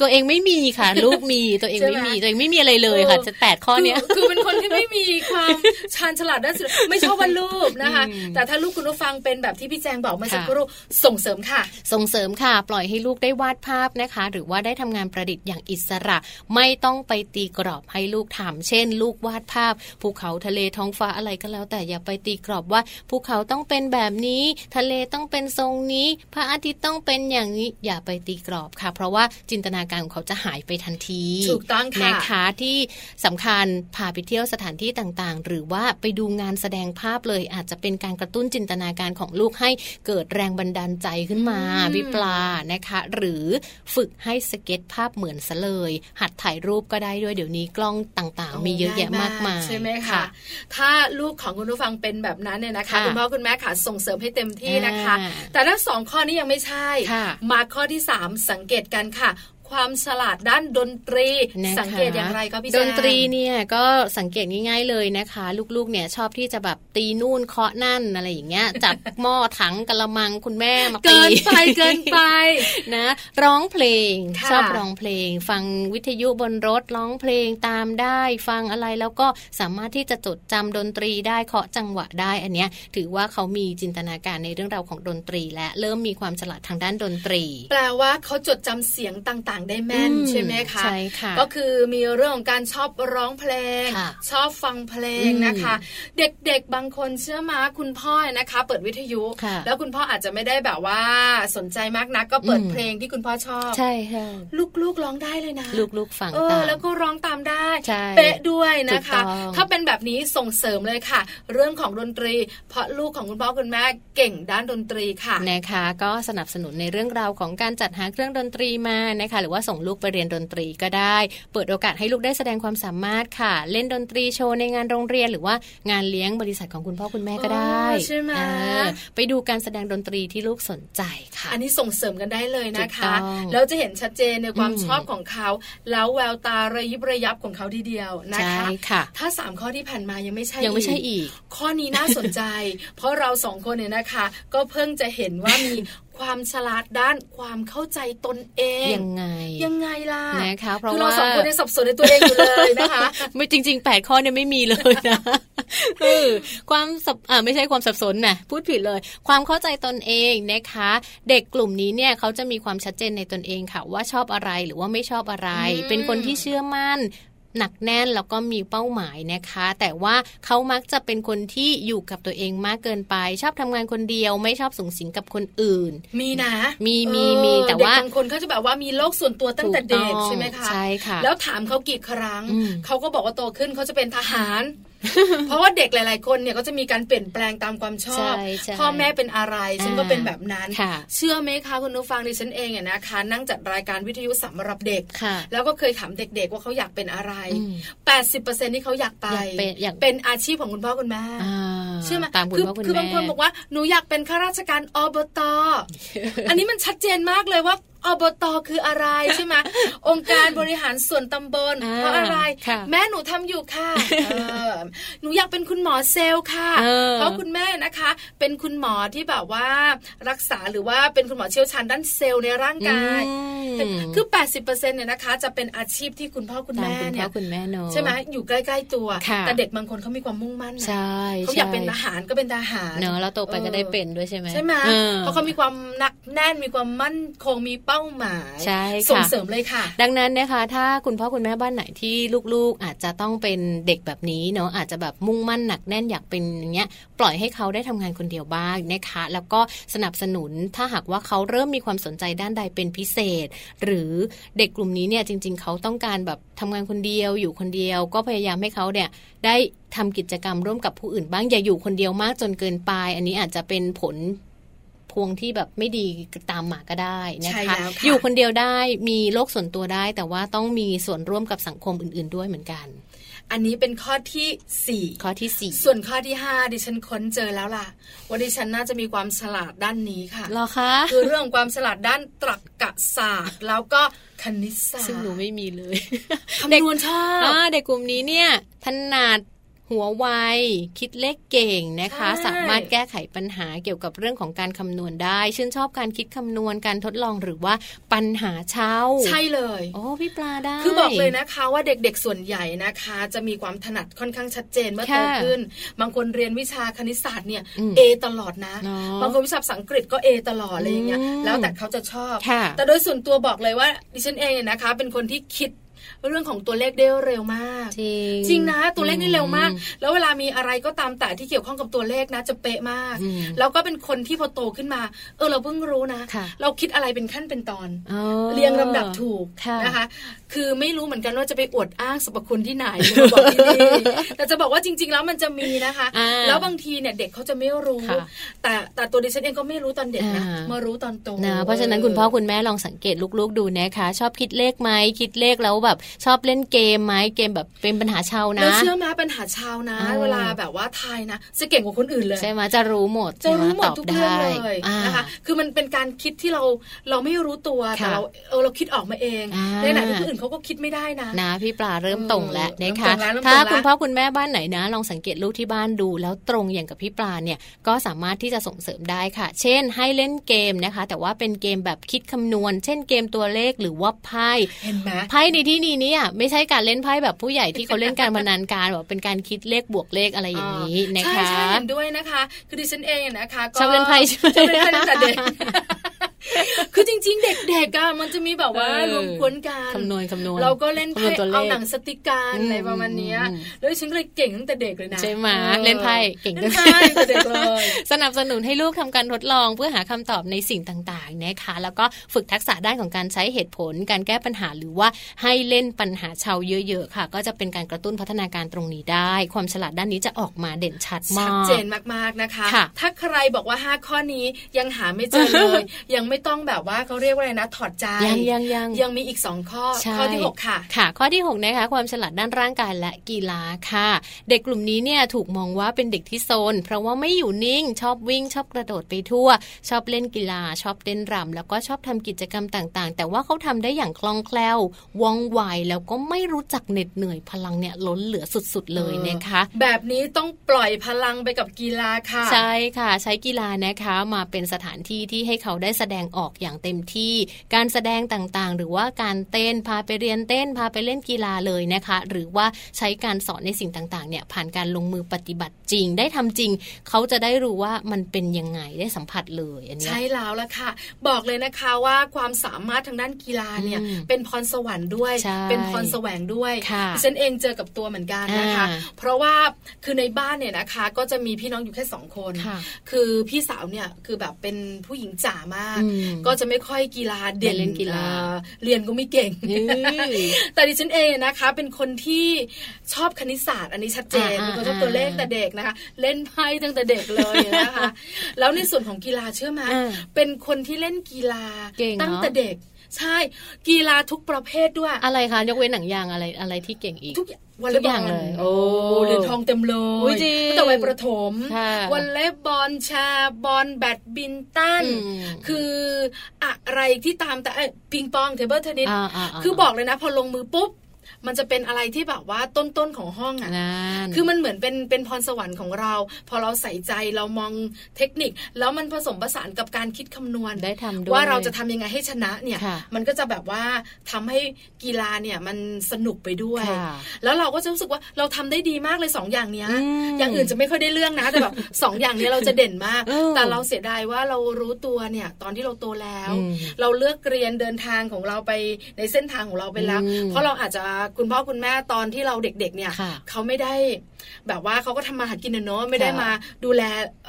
Speaker 2: ตัวเองไม่มีค่ะ ลูกมีตัวเอง
Speaker 1: ใช่ไหม
Speaker 2: ไม่มีตัวเองไม่มีอะไรเลยค่ะ
Speaker 1: เออ
Speaker 2: จะแปดข้อเนี้ย
Speaker 1: คืคือเป็นคนที่ไม่มีความ ชาญฉลาดด้านศิลปะไม่ชอบวาดรูปนะคะ
Speaker 2: อืม
Speaker 1: แต่ถ้าลูกคุณผู้ฟังเป็นแบบที่พี่แจงบอกเมาสัก
Speaker 2: ค่ะ
Speaker 1: ครู่ส่งเสริมค่ะ
Speaker 2: ส่งเสริมค่ะ ปล่อยให้ลูกได้วาดภาพนะคะ หรือว่าได้ทำงานประดิษฐ์อย่างอิสระ ไม่ต้องไปตีกรอบให้ลูกทำเช่น ลูกวาดภาพ ภูเขาทะเลท้องฟ้าอะไรก็แล้ว แต่อย่าไปตีกรอบว่าภูเขาต้องเป็นแบบนี้ ทะเลต้องเป็นทรงนี้ พระอาทิตย์ต้องเป็นอย่างนี้อย่าไปตีกรอบค่ะ เพราะว่าจินตนาการของเขาจะหายไปทันที
Speaker 1: ถูกต้องค่ะ
Speaker 2: นะคะที่สำคัญพาไปเที่ยวสถานที่ต่างๆ หรือว่าไปดูงานแสดงภาพเลย อาจจะเป็นการกระตุ้นจินตนาการของลูกให้เกิดแรงบันดาลใจขึ้นมา
Speaker 1: อืม
Speaker 2: พี่ปลานะคะ หรือฝึกให้สเก็ตภาพเหมือนซะเลย หัดถ่ายรูปก็ได้ด้วยเดี๋ยวนี้กล้องต่างๆ มีเยอะแยะมากมาย
Speaker 1: ใช่ไหมคะถ้าลูกของคุณผู้ฟังเป็นแบบนั้นเนี่ยนะคะ
Speaker 2: ค่ะ
Speaker 1: คุณพ่อคุณแม่ค่ะส่งเสริมให้เต็มที่นะคะ
Speaker 2: อ่า
Speaker 1: แต่ถ้าสองข้อนี้ยังไม่ใช่
Speaker 2: ค่ะ
Speaker 1: มาข้อที่สามสังเกตกันค่ะ ความฉลาดด้านดนตรี
Speaker 2: นะคะ
Speaker 1: สังเกตอย่างไรก็พี่แจ
Speaker 2: ด
Speaker 1: ง
Speaker 2: นตรีเนี่ยก็สังเกตง่ายๆเลยนะคะ ลูกๆเนี่ยชอบที่จะแบบตีนู่นเคาะนั่นอะไรอย่างเงี้ยจับหม้อถังกะละมังคุณแม่มาตี
Speaker 1: เกินไปเกิน ไป
Speaker 2: นะร้องเพลง
Speaker 1: ค่ะ
Speaker 2: ชอบร้องเพลง ฟังวิทยุบนรถร้องเพลงตามได้ ฟังอะไรแล้วก็สามารถที่จะจดจำดนตรีได้เคาะจังหวะได้อันเนี้ย ถือว่าเขามีจินตนาการในเรื่องราวของดนตรี และเริ่มมีความฉลาดทางด้านดนตรี
Speaker 1: แปลว่าเขาจดจำเสียงต่างๆ ได้แม่น
Speaker 2: อืม
Speaker 1: ใช่ไหมคะ
Speaker 2: ใช่ค่ะ
Speaker 1: ก็คือมีเรื่องของการชอบร้องเพลง
Speaker 2: ค่ะ
Speaker 1: ชอบฟังเพลงนะคะ เด็กๆบางคนเชื่อมาคุณพ่อนะคะ เปิดวิทยุ
Speaker 2: ค่ะ
Speaker 1: แล้วคุณพ่ออาจจะไม่ได้แบบว่าสนใจมากนัก ก็เปิด
Speaker 2: อืม
Speaker 1: เพลงที่คุณพ่อชอบ
Speaker 2: ใช่ค่ะ
Speaker 1: ลูกๆร้องได้เลยนะ
Speaker 2: ลูกๆฟัง
Speaker 1: เอ
Speaker 2: ตา
Speaker 1: อ
Speaker 2: ม
Speaker 1: แล้วก็ร้องตามได้
Speaker 2: ใช่
Speaker 1: เป๊ะด้วยนะคะ
Speaker 2: ถูกต้อง
Speaker 1: ถ้าเป็นแบบนี้ส่งเสริมเลยค่ะ เรื่องของดนตรี เพราะลูกของคุณพ่อคุณแม่เก่งด้านดนตรีค่ะ
Speaker 2: นะคะก็สนับสนุนในเรื่องราวของการจัดหาเครื่องดนตรีมานะคะหรือว่าส่งลูกไปเรียนดนตรีก็ได้ เปิดโอกาสให้ลูกได้แสดงความสามารถค่ะ เล่นดนตรีโชว์ในงานโรงเรียน หรือว่างานเลี้ยงบริษัทของคุณพ่อคุณแม่ก็ได้
Speaker 1: อ๋อใช่ไหม
Speaker 2: เออไปดูการแสดงดนตรีที่ลูกสนใจค่ะ
Speaker 1: อันนี้ส่งเสริมกันได้เลยนะคะ
Speaker 2: ถูกต้อง
Speaker 1: แล้วจะเห็นชัดเจนในความ
Speaker 2: อืม
Speaker 1: ชอบของเขา แล้วแววตาระยิบระยับของเขาทีเดียวนะ
Speaker 2: ใช่
Speaker 1: คะ
Speaker 2: ค่ะ
Speaker 1: ถ้าสามข้อที่ผ่านมายังไม่ใช่
Speaker 2: ยังไม่ใช่อีก
Speaker 1: ข้อนี้น่าสนใจ เพราะเราสองคนเนี่ยนะคะ ก็เพิ่งจะเห็นว่ามี ความฉลาดด้านความเข้าใจตนเอง
Speaker 2: ยังไง
Speaker 1: ยังไงล่ะ
Speaker 2: นะคะเพราะ
Speaker 1: คือเรา
Speaker 2: ว่า
Speaker 1: สองคนยังสับสนในตัวเองอยู่เลยนะคะ
Speaker 2: ไม่จริงๆแปดข้อเนี่ยไม่มีเลยนะเออความสับอ่าไม่ใช่ความสับสนนะพูดผิดเลย ความเข้าใจตนเองนะคะ เด็กกลุ่มนี้เนี่ยเขาจะมีความชัดเจนในตนเองค่ะ ว่าชอบอะไรหรือว่าไม่ชอบอะไร
Speaker 1: อืม
Speaker 2: เป็นคนที่เชื่อมั่น หนักแน่นแล้วก็มีเป้าหมายนะคะ แต่ว่าเขามักจะเป็นคนที่อยู่กับตัวเองมากเกินไป ชอบทำงานคนเดียว ไม่ชอบสูงสิงกับคนอื่น
Speaker 1: มีนะ
Speaker 2: มีมี
Speaker 1: เออ
Speaker 2: มีแต่
Speaker 1: เด็ก
Speaker 2: ว่า
Speaker 1: บางคนเขาจะแบบว่ามีโลกส่วนตัวตั้งแต่เด็ก
Speaker 2: ถูต้อง
Speaker 1: ใช่ไหมคะ
Speaker 2: ใช่ค่ะ
Speaker 1: แล้วถามเขากี่ครั้ง
Speaker 2: อืม
Speaker 1: เขาก็บอกว่าโตขึ้นเขาจะเป็นทหาร เพราะว่าเด็กหลาย ๆ คนเนี่ยก็จะมีการเปลี่ยนแปลงตามความชอบ
Speaker 2: ใช่ใช่
Speaker 1: พ่อแม่เป็นอะไรฉันก็
Speaker 2: อ่า
Speaker 1: เป็นแบบนั้น
Speaker 2: ค่ะ
Speaker 1: เชื่อไหมคะคุณผู้ฟังดิฉันเองเนี่ยนะคะ นั่งจัดรายการวิทยุสำหรับเด็ก
Speaker 2: ค่ะ
Speaker 1: แล้วก็เคยถามเด็ก ๆ ว่าเขาอยากเป็นอะไร
Speaker 2: อืม
Speaker 1: 80%ที่เขาอยากไป
Speaker 2: อยากเป็นอยาก
Speaker 1: เป็นอาชีพของคุณพ่อคุณแม่
Speaker 2: อ่า
Speaker 1: ใช่ไหม
Speaker 2: ตามคุณ
Speaker 1: คือ
Speaker 2: พ่อคุณแม่
Speaker 1: คือบางคนบอกว่าหนูอยากเป็นข้าราชการอบต อันนี้มันชัดเจนมากเลยว่าอบตคืออะไรใช่ไหม องค์การบริหารส่วนตำบล
Speaker 2: อ่า
Speaker 1: เพราะอะไร
Speaker 2: ค่ะ
Speaker 1: แม่หนูทำอยู่ค่ะเออหนูอยากเป็นคุณหมอเซลล์ค่ะ
Speaker 2: เออ
Speaker 1: เพราะคุณแม่นะคะ เป็นคุณหมอที่แบบว่ารักษาหรือว่าเป็นคุณหมอเชี่ยวชาญด้านเซลล์ในร่างกาย
Speaker 2: อืม
Speaker 1: เป็นคือ 80%เนี่ยนะคะ จะเป็นอาชีพที่คุณพ่อคุณ
Speaker 2: ตาม
Speaker 1: แม่
Speaker 2: คุณ
Speaker 1: เนี่
Speaker 2: พ่อย คุณแม่เนอะ
Speaker 1: ใช่ไหมอยู่ใกล้ๆตัว
Speaker 2: ค่ะ
Speaker 1: แต่เด็กบางคนเขามีความมุ่งมั่นนะ
Speaker 2: ใช่
Speaker 1: เขาอยากเป็นทหารก็เป็นทหาร
Speaker 2: เนอะแล้วโตไปก็ได้เป็นด้วยใช่ไหม
Speaker 1: ใช่ไหม
Speaker 2: ออ
Speaker 1: เพราะเขามีความหนักแน่นมีความมั่นคงมีเป้าหมาย
Speaker 2: ใช่ค่ะ
Speaker 1: ส่งเสริมเลยค่ะ
Speaker 2: ดังนั้นนะคะ ถ้าคุณพ่อคุณแม่บ้านไหนที่ลูกๆ อาจจะต้องเป็นเด็กแบบนี้เนาะอาจจะแบบมุ่งมั่นหนักแน่นอยากเป็นอย่างเงี้ย ปล่อยให้เขาได้ทำงานคนเดียวบ้างนะคะ แล้วก็สนับสนุนถ้าหากว่าเขาเริ่มมีความสนใจด้านใดเป็นพิเศษ หรือเด็กกลุ่มนี้เนี่ยจริง ๆ เขาต้องการแบบทำงานคนเดียวอยู่คนเดียว ก็พยายามให้เขาเนี่ยได้ทำกิจกรรมร่วมกับผู้อื่นบ้างอย่าอยู่คนเดียวมากจนเกินไป อันนี้อาจจะเป็นผล พวงที่แบบไม่ดีตามมาก็ได้นะ
Speaker 1: ใช่
Speaker 2: คะ
Speaker 1: แล้วค่ะ
Speaker 2: อยู่คนเดียวได้มีโลกส่วนตัวได้ แต่ว่าต้องมีส่วนร่วมกับสังคมอื่น ๆ ด้วยเหมือนกัน
Speaker 1: อันนี้เป็นข้อที่สี่
Speaker 2: ข้อที่สี่
Speaker 1: ส่วนข้อที่ห้าดิฉันค้นเจอแล้วล่ะว่าดิฉันน่าจะมีความฉลาดด้านนี้ค่ะ
Speaker 2: เหรอคะ
Speaker 1: คือเรื่องความฉลาดด้านตรรกศาสตร์ แล้วก็คณิตศาสตร์
Speaker 2: ซึ่งหนูไม่มีเลย
Speaker 1: คำนวณชอบ
Speaker 2: อ่าเด็กกลุ่มนี้เนี่ยถนัดหัวไวคิดเลขเก่งนะคะ
Speaker 1: ใช่
Speaker 2: สามารถแก้ไขปัญหาเกี่ยวกับเรื่องของการคำนวณได้ ชื่นชอบการคิดคำนวณการทดลองหรือว่าปัญหาเช้า
Speaker 1: ใช่เลย
Speaker 2: โอ้พี่ปลาได้
Speaker 1: คือบอกเลยนะคะว่าเด็กๆส่วนใหญ่นะคะ จะมีความถนัดค่อนข้างชัดเจนเมื่อโต
Speaker 2: ค่ะ
Speaker 1: ขึ้น บางคนเรียนวิชาคณิตศาสตร์เนี่ย
Speaker 2: อืม
Speaker 1: เอตลอดนะ
Speaker 2: เนาะ
Speaker 1: บางคนวิชาภาษาอังกฤษก็เอตลอดอะไรอย่างเงี้ย
Speaker 2: อืม
Speaker 1: แล้วแต่เขาจะชอบ
Speaker 2: ค่ะ
Speaker 1: แต่โดยส่วนตัวบอกเลยว่าดิฉันเองเนี่ยนะคะ เป็นคนที่คิดเรื่องของตัวเลขได้เร็วมาก
Speaker 2: จริง
Speaker 1: จริงนะตัวเลขนี่เร็วมาก แล้วเวลามีอะไรก็ตามแต่ที่เกี่ยวข้องกับตัวเลขนะ จะเป๊ะมาก
Speaker 2: อืม
Speaker 1: แล้วก็เป็นคนที่พอโตขึ้นมา เออเราเพิ่งรู้นะ
Speaker 2: ค่ะ
Speaker 1: เราคิดอะไรเป็นขั้นเป็นตอน
Speaker 2: อ๋อ
Speaker 1: เรียงลำดับถูก
Speaker 2: ค่ะ
Speaker 1: นะคะ คือไม่รู้เหมือนกันว่าจะไปอวดอ้างสรรพคุณที่ไหนมาบอกที่นี่ แต่จะบอกว่าจริง ๆ แล้วมันจะมีนะคะ
Speaker 2: อ่า
Speaker 1: แล้วบางทีเนี่ยเด็กเขาจะไม่รู้
Speaker 2: ค่ะ
Speaker 1: แต่แต่ตัวดิฉันเองก็ไม่รู้ตอนเด็กนะ
Speaker 2: อ่าม
Speaker 1: มารู้ตอนโต
Speaker 2: นะเพราะฉะนั้นคุณพ่อคุณแม่ลองสังเกตลูกๆดูนะคะ ชอบคิดเลขไหมคิดเลขแล้วแบบชอบเล่นเกมไหมเกมแบบเป็นปัญหาชาวนะ
Speaker 1: แล้วเชื่อไหมปัญหาชาวนะ
Speaker 2: อ่า
Speaker 1: เวลาแบบว่าทายนะ จะเก่งกว่าคนอื่นเลย
Speaker 2: ใช่ไหมจะรู้หมด
Speaker 1: จะรู้หมด
Speaker 2: นะตอบ
Speaker 1: ทุก
Speaker 2: ได้
Speaker 1: เรื่องเลย
Speaker 2: อ่า
Speaker 1: นะคะ คือมันเป็นการคิดที่เราเราไม่รู้ตัวแต่
Speaker 2: ค่ะ
Speaker 1: เราเออเราคิดออกมาเอง
Speaker 2: อ่า
Speaker 1: ในขณะที่คนอื่นเขาก็คิดไม่ได้นะ
Speaker 2: นะพี่ปลาเริ่มตรงแล้ว
Speaker 1: เออ
Speaker 2: นะคะ
Speaker 1: เริ่มตรงแล้วเริ่มตรงแล้ว
Speaker 2: ถ้าคุณพ่อคุณแม่บ้านไหนนะ ลองสังเกตลูกที่บ้านดู แล้วตรงอย่างกับพี่ปลาเนี่ยก็สามารถที่จะส่งเสริมได้ค่ะ เช่น ให้เล่นเกมนะคะ แต่ว่าเป็นเกมแบบคิดคำนวณ เช่นเกมตัวเลขหรือว่าไพ่
Speaker 1: เห็นไหม
Speaker 2: ไพ่ในที่นี้เนี่ยไม่ใช่การเล่นไพ่แบบผู้ใหญ่ที่เขาเล่นการพนันการแบบเป็นการคิดเลขบวกเลขอะไรอย่างนี้นะ
Speaker 1: ใช่
Speaker 2: คะ
Speaker 1: ใช่เห็นด้วยนะคะ คือดิฉันเองอะนะคะก็
Speaker 2: ชอบเล่นไพ่ใช่ไหม
Speaker 1: ชอบเล่นไพ่ตั้งแต่ เด็ก คือจริง ๆ เด็กๆอะมันจะมีแบบว่า
Speaker 2: เออ
Speaker 1: รวมกวนกัน
Speaker 2: คำนวณคำนวณ
Speaker 1: เราก็เล่น
Speaker 2: คำว
Speaker 1: ไพ่
Speaker 2: ณตัวเล
Speaker 1: เอา
Speaker 2: ข
Speaker 1: หนังสติกการ
Speaker 2: อืม
Speaker 1: อะไรประมาณเนี้ย
Speaker 2: อืม
Speaker 1: แล้วดิฉันก็เลยเก่งตั้งแต่เด็กเลยนะ
Speaker 2: ใช่ไหม
Speaker 1: ออ
Speaker 2: เล่นไพ่เก่งตั้
Speaker 1: เล่น
Speaker 2: งแต่
Speaker 1: ไพ่ตั้งแต่เด็กเลย
Speaker 2: สนับสนุนให้ลูกทำการทดลองเพื่อหาคำตอบในสิ่งต่างๆนะคะ แล้วก็ฝึกทักษะด้านของการใช้เหตุผล การแก้ปัญหาหรือว่าให้เล่นปัญหาชาวเยอะๆค่ะ ก็จะเป็นการกระตุ้นพัฒนาการตรงนี้ได้ ความฉลาดด้านนี้จะออกมาเด่นชัดมา
Speaker 1: ชั
Speaker 2: ก
Speaker 1: ดเจนมากๆนะคะ
Speaker 2: ค่ะ
Speaker 1: ถ้าใครบอกว่า 5 ข้อนี้ยังหาไม่เจอเลย ยังไม่ ต้องแบบว่าเขาเรียกว่าอะไรนะถอดใจ
Speaker 2: ยังยังยัง
Speaker 1: ยังมีอีกสองข้อ
Speaker 2: ใช่
Speaker 1: ข้อที่หกค่ะ
Speaker 2: ค่ะ ข้อที่หกนะคะความฉลาดด้านร่างกายและกีฬาค่ะ เด็กกลุ่มนี้เนี่ยถูกมองว่าเป็นเด็กที่โซน เพราะว่าไม่อยู่นิ่งชอบวิ่งชอบกระโดดไปทั่ว ชอบเล่นกีฬา ชอบเต้นรำแล้วก็ชอบทำกิจกรรมต่างๆ แต่ว่าเขาทำได้อย่างคล่องแคล่วว่องไวแล้วก็ไม่รู้จักเหน็ดเหนื่อยพลังเนี่ยล้นเหลือสุดๆเลยนะคะ
Speaker 1: แบบนี้ต้องปล่อยพลังไปกับกีฬาค่ะ
Speaker 2: ใช่ค่ะใช้กีฬานะคะมาเป็นสถานที่ที่ให้เขาได้แสดงออกอย่างเต็มที่ การแสดงต่างๆ หรือว่าการเต้นพาไปเรียนเต้นพาไปเล่นกีฬาเลยนะคะ หรือว่าใช้การสอนในสิ่งต่างๆเนี่ยผ่านการลงมือปฏิบัติจริง ได้ทำจริง เขาจะได้รู้ว่ามันเป็นยังไงได้สัมผัสเลยอันเนี้ย
Speaker 1: ใช่แล้วละค่ะ บอกเลยนะคะว่าความสามารถทางด้านกีฬาเนี่ย
Speaker 2: อืม
Speaker 1: เป็นพรสวรรค์ด้วย
Speaker 2: ใช่
Speaker 1: เป็นพรแสวงด้วย
Speaker 2: ค่ะ
Speaker 1: ดิฉันเองเจอกับตัวเหมือนกันนะคะ
Speaker 2: อ่า
Speaker 1: เพราะว่าคือในบ้านเนี่ยนะคะ ก็จะมีพี่น้องอยู่แค่สองคน
Speaker 2: ค่ะ
Speaker 1: คือพี่สาวเนี่ยคือแบบเป็นผู้หญิงจ๋ามาก
Speaker 2: อืม
Speaker 1: ก็จะไม่ค่อยกีฬาเด่น
Speaker 2: ไม่เล่นกีฬา
Speaker 1: อ่อเรียนก็ไม่เก่ง
Speaker 2: นี่
Speaker 1: แต่ดิฉันเองนะคะ เป็นคนที่ชอบคณิตศาสตร์ อันนี้ชัดเจน
Speaker 2: อ่า
Speaker 1: เป็นคนชอบ
Speaker 2: อ่า
Speaker 1: ตัวเลขแต่เด็กนะคะ เล่นไพ่ตั้งแต่เด็กเลยนะคะ แล้วในส่วนของกีฬาเชื่อไหม
Speaker 2: อ่า
Speaker 1: เป็นคนที่เล่นกีฬา
Speaker 2: เก่งเนอะ
Speaker 1: ตั้งแต่เด็ก ใช่ กีฬาทุกประเภทด้วย
Speaker 2: อะไรคะยกเว้นหนังยางอะไรอะไรที่เก่งอีก
Speaker 1: ทุกอย่างวอลเลย์บอ
Speaker 2: ทุกอย่าง
Speaker 1: ล
Speaker 2: เลย
Speaker 1: โอ้เหรียญทองเต็มเล
Speaker 2: อุ๊
Speaker 1: ย
Speaker 2: ยจริง
Speaker 1: ตั้งแต่วัยประถม
Speaker 2: ค่ะ
Speaker 1: วอลเลย์บอลแชร์บอลแบดบินตัน
Speaker 2: อืม
Speaker 1: คืออะไรที่ตามแต่เอ้ยปิงปองเทเบิลเทนนิส
Speaker 2: อ่าาา
Speaker 1: คือบอกเลยนะพอลงมือปุ๊บ มันจะเป็นอะไรที่แบบว่าต้นต้นๆของห้องอ่ะ
Speaker 2: นั่น
Speaker 1: คือมันเหมือนเป็นเป็นพรสวรรค์ของเรา พอเราใส่ใจเรามองเทคนิค แล้วมันผสมผสานกับการคิดคำนวณ
Speaker 2: ได้ทำด้วย
Speaker 1: ว่าเราจะทำยังไงให้ชนะเนี่ย
Speaker 2: ค่ะ
Speaker 1: มันก็จะแบบว่าทำให้กีฬาเนี่ยมันสนุกไปด้วย
Speaker 2: ค่ะ
Speaker 1: แล้วเราก็จะรู้สึกว่าเราทำได้ดีมากเลยสองอย่างเนี้ย
Speaker 2: อืม
Speaker 1: อย่างอื่นจะไม่ค่อยได้เรื่องนะแต่แบบ สองอย่างเนี้ยเราจะเด่นมาก
Speaker 2: เออ
Speaker 1: แต่เราเสียดายว่าเรารู้ตัวเนี่ย ตอนที่เราโตแล้ว
Speaker 2: อืม
Speaker 1: เราเลือกเรียนเดินทางของเราไปในเส้นทางของเราไปแล้ว
Speaker 2: อืม
Speaker 1: เพราะเราอาจจะคุณพ่อคุณแม่ตอนที่เราเด็ก ๆ เนี่ย
Speaker 2: ค่ะ
Speaker 1: เขาไม่ได้แบบว่าเขาก็ทำมาหากินนะเนอะไม่ได้
Speaker 2: ค่ะ
Speaker 1: มาดูแล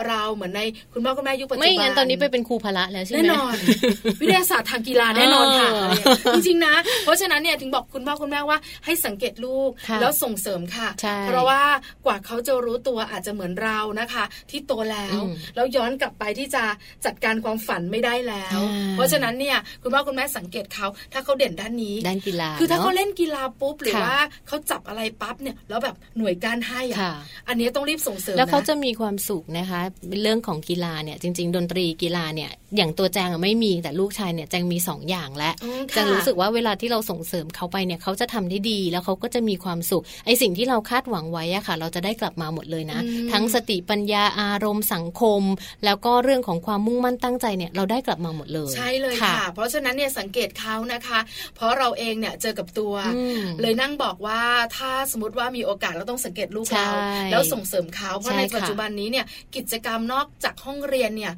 Speaker 1: เราเหมือนในคุณพ่อคุณแม่ยุคปัจจุบัน
Speaker 2: ไม่งั้นตอนนี้ไปเป็นครูพละแล้วใช่ไหม
Speaker 1: แน่นอน วิทยาศาสตร์ทางกีฬาแน่นอนค่ะ
Speaker 2: เออ
Speaker 1: เนี่ยจริงๆนะ เพราะฉะนั้นเนี่ยถึงบอกคุณพ่อคุณแม่ว่าให้สังเกตลูก
Speaker 2: ค่ะ
Speaker 1: แล้วส่งเสริมค่ะ
Speaker 2: ใช่
Speaker 1: เพราะว่ากว่าเขาจะรู้ตัวอาจจะเหมือนเรานะคะ ที่โตแล้ว
Speaker 2: อืม
Speaker 1: แล้วย้อนกลับไปที่จะจัดการความฝันไม่ได้แล้ว
Speaker 2: อ่า
Speaker 1: เพราะฉะนั้นเนี่ยคุณพ่อคุณแม่สังเกตเขาถ้าเขาเด่นด้านนี้
Speaker 2: ด้านกีฬา
Speaker 1: คือถ้าเขา
Speaker 2: นะ
Speaker 1: เล่นกีฬาปุ๊บหรือ
Speaker 2: ค่ะ
Speaker 1: ว่าเขาจับอะไรปั๊บเนี่ยแล้วแบบหน่วยการให้อะ
Speaker 2: ค่ะ
Speaker 1: อันเนี้ยต้องรีบส่งเสริม
Speaker 2: แล้วเขา
Speaker 1: น
Speaker 2: จะมีความสุขนะคะเรื่องของกีฬาเนี่ยจริง ๆ ดนตรีกีฬาเนี่ยอย่างตัวแจงอะไม่มีแต่ลูกชายเนี่ยแจงมีสองอย่างและ
Speaker 1: อืมค่ะ
Speaker 2: แจงรู้สึกว่าเวลาที่เราส่งเสริมเขาไปเนี่ยเขาจะทำได้ดีแล้วเขาก็จะมีความสุขไอสิ่งที่เราคาดหวังไว้อะค่ะ เราจะได้กลับมาหมดเลยนะ
Speaker 1: อืม
Speaker 2: ทั้งสติปัญญาอารมณ์สังคม แล้วก็เรื่องของความมุ่งมั่นตั้งใจเนี่ยเราได้กลับมาหมดเลย
Speaker 1: ใช่เลยค่ะ เพราะฉะนั้นเนี่ยสังเกตเขานะคะ เพราะเราเองเนี่ยเจอกับตัว
Speaker 2: อืม
Speaker 1: เลยนั่งบอกว่าถ้าสมมติว่ามีโอกาสเราต้องสังเกตลูกเรา
Speaker 2: ใช่
Speaker 1: แล้วส่งเสริมเขาเพราะ
Speaker 2: ใช่
Speaker 1: ใน
Speaker 2: ค่ะ
Speaker 1: ปัจจุบันนี้เนี่ยกิจกรรมนอกจากห้องเรียนเนี่ย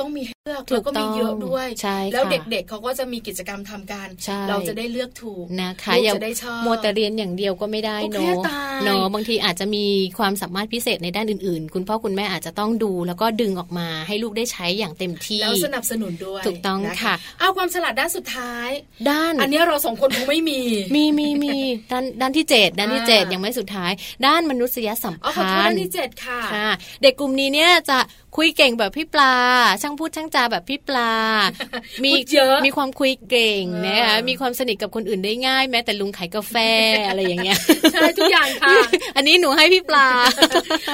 Speaker 1: ต้องมีให้เลือก
Speaker 2: ถูก
Speaker 1: แล้วก็มีเยอะด้วย
Speaker 2: ใช่ค่ะ
Speaker 1: แล้วเด็กๆเขาก็จะมีกิจกรรมทำการ
Speaker 2: ใช่
Speaker 1: เราจะได้เลือกถูก
Speaker 2: นะคะ
Speaker 1: ลูก
Speaker 2: อย่า
Speaker 1: จะได้ชอบ
Speaker 2: มัวแต่เรียนอย่างเดียวก็ไม่ได้
Speaker 1: โอ้
Speaker 2: เน
Speaker 1: เครีย
Speaker 2: อะ
Speaker 1: ดตาย
Speaker 2: เนอะบางทีอาจจะมีความสามารถพิเศษในด้านอื่นๆ คุณพ่อคุณแม่อาจจะต้องดู แล้วก็ดึงออกมาให้ลูกได้ใช้อย่างเต็มที่
Speaker 1: แล้วสนับสนุนด้วย
Speaker 2: ถูกต้อง
Speaker 1: น
Speaker 2: ค่ะ
Speaker 1: เอาความฉลาดด้านสุดท้าย
Speaker 2: ด้าน
Speaker 1: อันเนี้ยเราสองคนคงไม่มี
Speaker 2: มีมีมีด้านด้านที่เจ็ดด้านที่เจ็ด
Speaker 1: อ่ายั
Speaker 2: ยังไม่สุดท้าย ด้านมนุษยสัม
Speaker 1: อ๋อขอโทษ
Speaker 2: พัน
Speaker 1: ด้าน
Speaker 2: ธ์
Speaker 1: ที่เจ็ดค่ะ
Speaker 2: ค่ะเด็กกลุ่มนี้เนี่ยจะคุยเก่งแบบพี่ปลา ช่างพูดช่างจาแบบพี่ป ลา มี
Speaker 1: พูดเยอะ
Speaker 2: มีความคุยเก่ง
Speaker 1: เออ
Speaker 2: นะคะมีความสนิทกับคนอื่นได้ง่าย แม้แต่ลุงขายกาแฟ อะไรอย่างเงี้ย
Speaker 1: ใช่ทุกอย่างค่ะ
Speaker 2: อันนี้หนูให้พี่ป ลา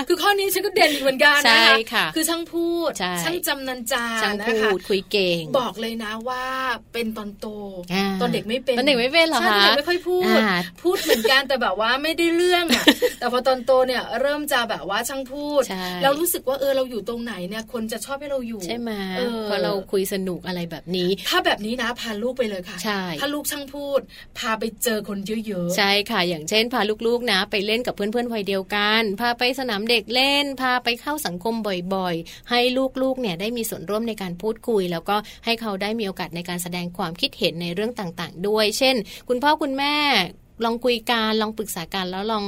Speaker 1: คือข้อนี้ฉันก็เด่นอีกเหมือนกัน
Speaker 2: ใช่
Speaker 1: นะคะ
Speaker 2: ค่ะ
Speaker 1: คือช่างพูด
Speaker 2: ใช่
Speaker 1: ช่างจำนันจา
Speaker 2: ช่าง
Speaker 1: นะ
Speaker 2: พู
Speaker 1: คะ
Speaker 2: ดคุยเก่ง
Speaker 1: บอกเลยนะว่าเป็นตอนโต
Speaker 2: อ่า
Speaker 1: ตอนเด็กไม่เป็น
Speaker 2: ตอนเด็กไม่เป็นเหรอคะ
Speaker 1: ใช่ตอนเด็กไม่ค่อยพูด
Speaker 2: อ่า
Speaker 1: พูดเหมือนกันแต่แบบว่าไม่ได้เรื่อง อ่ะ แต่พอตอนโตเนี่ยเริ่มจะแบบว่าช่างพูด
Speaker 2: ใช่
Speaker 1: เรารู้สึกว่าเออเราอยู่ตรงไหนเนี่ยคนจะชอบให้เราอยู่
Speaker 2: ใช่ไหม
Speaker 1: เออ
Speaker 2: เพราะเราคุยสนุกอะไรแบบนี้
Speaker 1: ถ้าแบบนี้นะพาลูกไปเลยค่ะ
Speaker 2: ใช่
Speaker 1: ถ้าลูกช่างพูด พาไปเจอคนเยอะๆ
Speaker 2: ใช่ค่ะ อย่างเช่น พาลูกๆนะ ไปเล่นกับเพื่อนๆวัยเดียวกัน พาไปสนามเด็กเล่น พาไปเข้าสังคมบ่อยๆ ให้ลูกๆเนี่ยได้มีส่วนร่วมในการพูดคุย แล้วก็ให้เขาได้มีโอกาสในการแสดงความคิดเห็นในเรื่องต่างๆ ด้วย เช่น คุณพ่อคุณแม่ลองคุยกันลองปรึกษากันแล้วลอง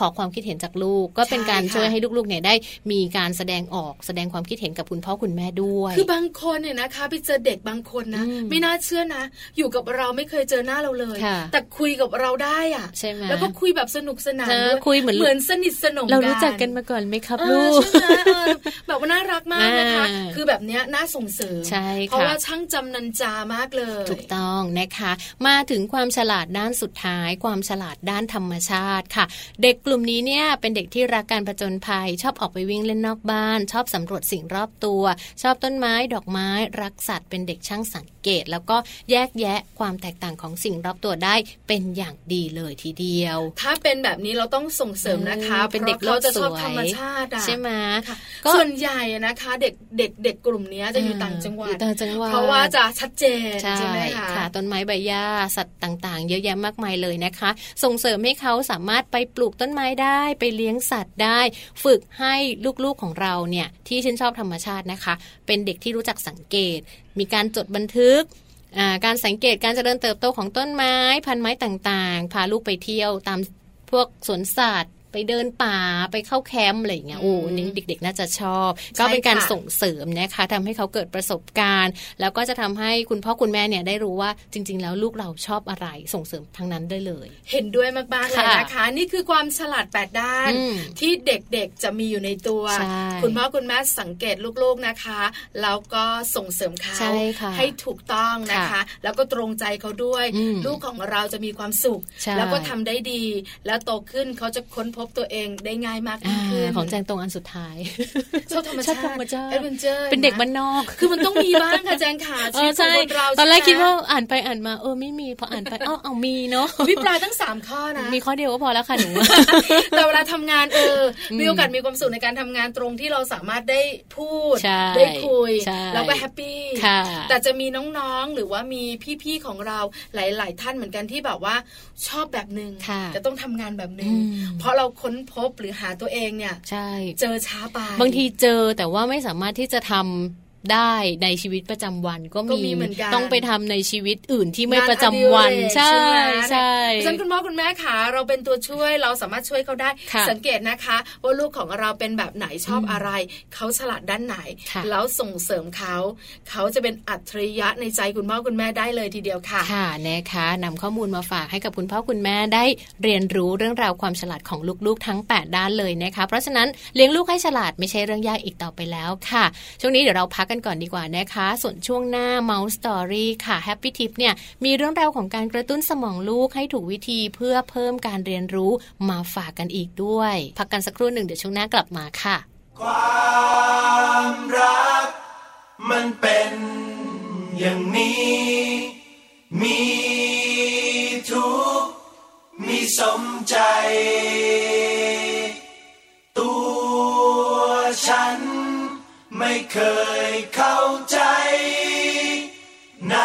Speaker 2: ขอความคิดเห็นจากลูก ก็เป็นการ
Speaker 1: ใช่ค่ะ
Speaker 2: ช่วยให้ลูกๆเนี่ยได้มีการแสดงออกแสดงความคิดเห็นกับคุณพ่อคุณแม่ด้วย
Speaker 1: คือบางคนเนี่ยนะคะไปเจอเด็กบางคนนะ
Speaker 2: อืม
Speaker 1: ไม่น่าเชื่อนะ อยู่กับเราไม่เคยเจอหน้าเราเลย
Speaker 2: ค่ะ
Speaker 1: แต่คุยกับเราได้อ่ะ
Speaker 2: ใช่ไหม
Speaker 1: แล้วก็คุยแบบสนุกสนาน
Speaker 2: นะ
Speaker 1: ด้วย
Speaker 2: คุยเหมือน
Speaker 1: เหมือนสนิทสนม
Speaker 2: เรารู้จักกันมาก่อนไหมครับ
Speaker 1: เอ
Speaker 2: ลู
Speaker 1: อก ใช่ไหมเออแบบว่าน่ารักมากนะคะ
Speaker 2: อ่า
Speaker 1: คือแบบเนี้ยน่าส่งเสริม
Speaker 2: ใช่
Speaker 1: เพราะ
Speaker 2: ค่ะ
Speaker 1: ว่าช่างจำนันจามากเลย
Speaker 2: ถูกต้องนะคะ มาถึงความฉลาดด้านสุดท้าย ความฉลาดด้านธรรมชาติค่ะ เด็กกลุ่มนี้เนี่ยเป็นเด็กที่รักการผจญภัย ชอบออกไปวิ่งเล่นนอกบ้าน ชอบสำรวจสิ่งรอบตัว ชอบต้นไม้ดอกไม้ รักสัตว์เป็นเด็กช่างสังเกต แล้วก็แยกแยะความแตกต่างของสิ่งรอบตัวได้เป็นอย่างดีเลยทีเดียว
Speaker 1: ถ้าเป็นแบบนี้เราต้องส่งเสริมนะคะ
Speaker 2: เออเป็นเด็ก
Speaker 1: พราะเขาจะชอบ
Speaker 2: โลกสวย
Speaker 1: ธรรมชาติอะ
Speaker 2: ใช่ไหม
Speaker 1: ค่ะ
Speaker 2: ก็
Speaker 1: ส่วนใหญ่นะคะ เด็กเด็กเด็กกลุ่มเนี้ยจะอยู่ต่างจังหวั
Speaker 2: อ
Speaker 1: ด
Speaker 2: ยู่ต่างจังหวัด
Speaker 1: เพราะว่าจะชัดเจน
Speaker 2: ใช่
Speaker 1: ใช่ไหมคะ
Speaker 2: ค่ะต้นไม้ใบหญ้าสัตว์ต่างๆ เยอะแยะมากมายเลยนะคะ ส่งเสริมให้เขาสามารถไปปลูกต้นไม้ได้ ไปเลี้ยงสัตว์ได้ ฝึกให้ลูกๆของเราเนี่ยที่ชื่นชอบธรรมชาตินะคะ เป็นเด็กที่รู้จักสังเกต มีการจดบันทึกอ่าการสังเกตการเจริญเติบโตของต้นไม้ พันไม้ต่างๆ พาลูกไปเที่ยวตามพวกสวนสัตว์ ไปเดินป่าไปเข้าแคมป์อะไรอย่างเงี้ยโอ้
Speaker 1: อืม
Speaker 2: นี่เด็ก ๆ น่าจะชอบ ก็เป็น
Speaker 1: ใช่ค่ะ
Speaker 2: การส่งเสริมนะคะทำให้เขาเกิดประสบการณ์ แล้วก็จะทำให้คุณพ่อคุณแม่เนี่ยได้รู้ว่าจริง ๆ แล้วลูกเราชอบอะไรส่งเสริมทั้งนั้นได้เลย
Speaker 1: เห็นด้วยมากๆเลย
Speaker 2: ค่ะ
Speaker 1: นะคะ นี่คือความฉลาดแปดด้าน
Speaker 2: อืม
Speaker 1: ที่เด็กๆจะมีอยู่ในตัว
Speaker 2: ใช่
Speaker 1: คุณพ่อคุณแม่สังเกตลูกๆนะคะแล้วก็ส่งเสริมเขา
Speaker 2: ใช่ค่ะ
Speaker 1: ให้ถูกต้องนะคะ
Speaker 2: ค่ะ
Speaker 1: แล้วก็ตรงใจเขาด้วย
Speaker 2: อืม
Speaker 1: ลูกของเราจะมีความสุข
Speaker 2: ใช่
Speaker 1: แล้วก็ทำได้ดี แล้วโตขึ้นเขาจะค้นพบตัวเองได้ง่ายมาก
Speaker 2: อ่า
Speaker 1: ยิ่งขึ้น
Speaker 2: ของแจงตรงอันสุดท้าย
Speaker 1: ชอบธรรม
Speaker 2: ชอบธรรมชา
Speaker 1: ชา
Speaker 2: ติ
Speaker 1: ติ adventure
Speaker 2: เป็นเด็กบ้านนอก
Speaker 1: คือมันต้องมีบ้างค่ะแจงขา
Speaker 2: เอ
Speaker 1: ชีวิ
Speaker 2: อ
Speaker 1: ตขอ
Speaker 2: ใช่
Speaker 1: งคนเรา
Speaker 2: ตอนแรก
Speaker 1: ใช่ไหม
Speaker 2: คิดว่าอ่านไปอ่านมาเออไม่มีพออ่านไปเอ้าเอามีเนาะ
Speaker 1: วิปรายทั้งสามข้อนะ
Speaker 2: มีข้อเดียวก็พอแล้วค่ะ หนู
Speaker 1: แต่เวลาทำงานเอออมีโอกาสมีความสุขในการทำงานตรงที่เราสามารถได้พูด
Speaker 2: ใช่
Speaker 1: ได้คุย
Speaker 2: ใช่
Speaker 1: แล้วก็แฮปปี้
Speaker 2: ค่ะ
Speaker 1: แต่จะมีน้องๆหรือว่ามีพี่ๆของเราหลาย ๆ ท่านเหมือนกันที่แบบว่าชอบแบบหนึง่
Speaker 2: ค่ะ
Speaker 1: งจะต้องทำงานแบบหนึง่ง
Speaker 2: อืม
Speaker 1: เพราะเราค้นพบหรือหาตัวเองเนี่ย
Speaker 2: ใช่
Speaker 1: เจอช้าไป
Speaker 2: บางทีเจอแต่ว่าไม่สามารถที่จะทำได้ในชีวิตประจำวันก็
Speaker 1: ก็มีเหมือนกัน
Speaker 2: ต้องไปทำในชีวิตอื่นที่ไม่ประจำวัน
Speaker 1: งานอดิเรก
Speaker 2: ใช่
Speaker 1: ไหม
Speaker 2: ใช่
Speaker 1: เพราะฉะนั้นคุณพ่อคุณแม่ค่ะเราเป็นตัวช่วยเราสามารถช่วยเขาได้
Speaker 2: ค่ะ
Speaker 1: สังเกตนะคะ ว่าลูกของเราเป็นแบบไหนชอบอะไร เขาฉลาดด้านไหน
Speaker 2: ค่ะ
Speaker 1: แล้วส่งเสริมเขา เขาจะเป็นอัจฉริยะในใจคุณพ่อคุณแม่ได้เลยทีเดียวค่ะ
Speaker 2: ค่ะนะคะนำข้อมูลมาฝากให้กับคุณพ่อคุณแม่ได้เรียนรู้เรื่องราวความฉลาดของลูกๆทั้ง 8 ด้านเลยนะคะ เพราะฉะนั้นเลี้ยงลูกให้ฉลาดไม่ใช่เรื่องยากอีกต่อไปแล้วค่ะ ช่วงนี้เดี๋ยวเราพักกันก่อนดีกว่านะคะ ส่วนช่วงหน้า Mouse Story ค่ะ Happy Tip เนี่ยมีเรื่องราวของการกระตุ้นสมองลูกให้ถูกวิธีเพื่อเพิ่มการเรียนรู้มาฝากกันอีกด้วย พักกันสักครู่หนึ่งเดี๋ยวช่วงหน้ากลับมาค่ะ
Speaker 3: ความรัก มันเป็นอย่างนี้ มีทุกข์มีสมใจ ตัวฉันไม่เคยเข้าใจ ใน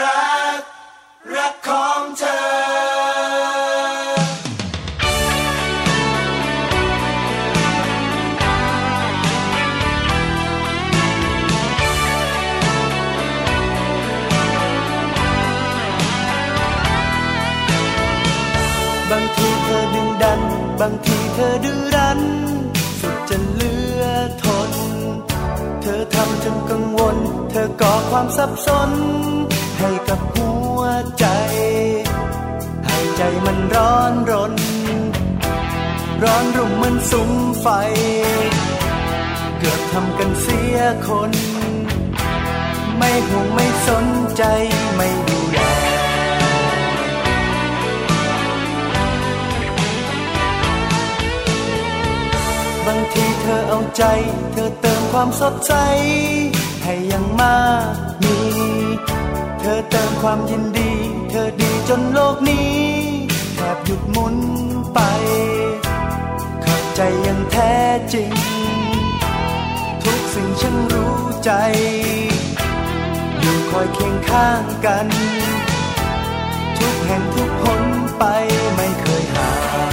Speaker 3: รัก รักของเธอ บางทีเธอดึงดัน บางทีเธอดื้อรั้น สุดจะเหลือทน เธอทำฉันกังวล เธอก่อความสับสน ให้กับหัวใจ ให้ใจมันร้อนรน ร้อนรุ่มเหมันสุมไฟ เกือบทำกันเสียคน ไม่ห่วงไม่สนใจไม่ดูแล บางทีเธอเอาใจ เธอเติมความสดใส ให้อยังมากมี เธอเติมความยินดี เธอดีจนโลกนี้แทบหยุดหมุนไป เข้าใจอยังแท้จริง ทุกสิ่งฉันรู้ใจ อยู่คอยเคียงข้างกัน ทุกแห่งทุกหนไปไม่เคยห่าง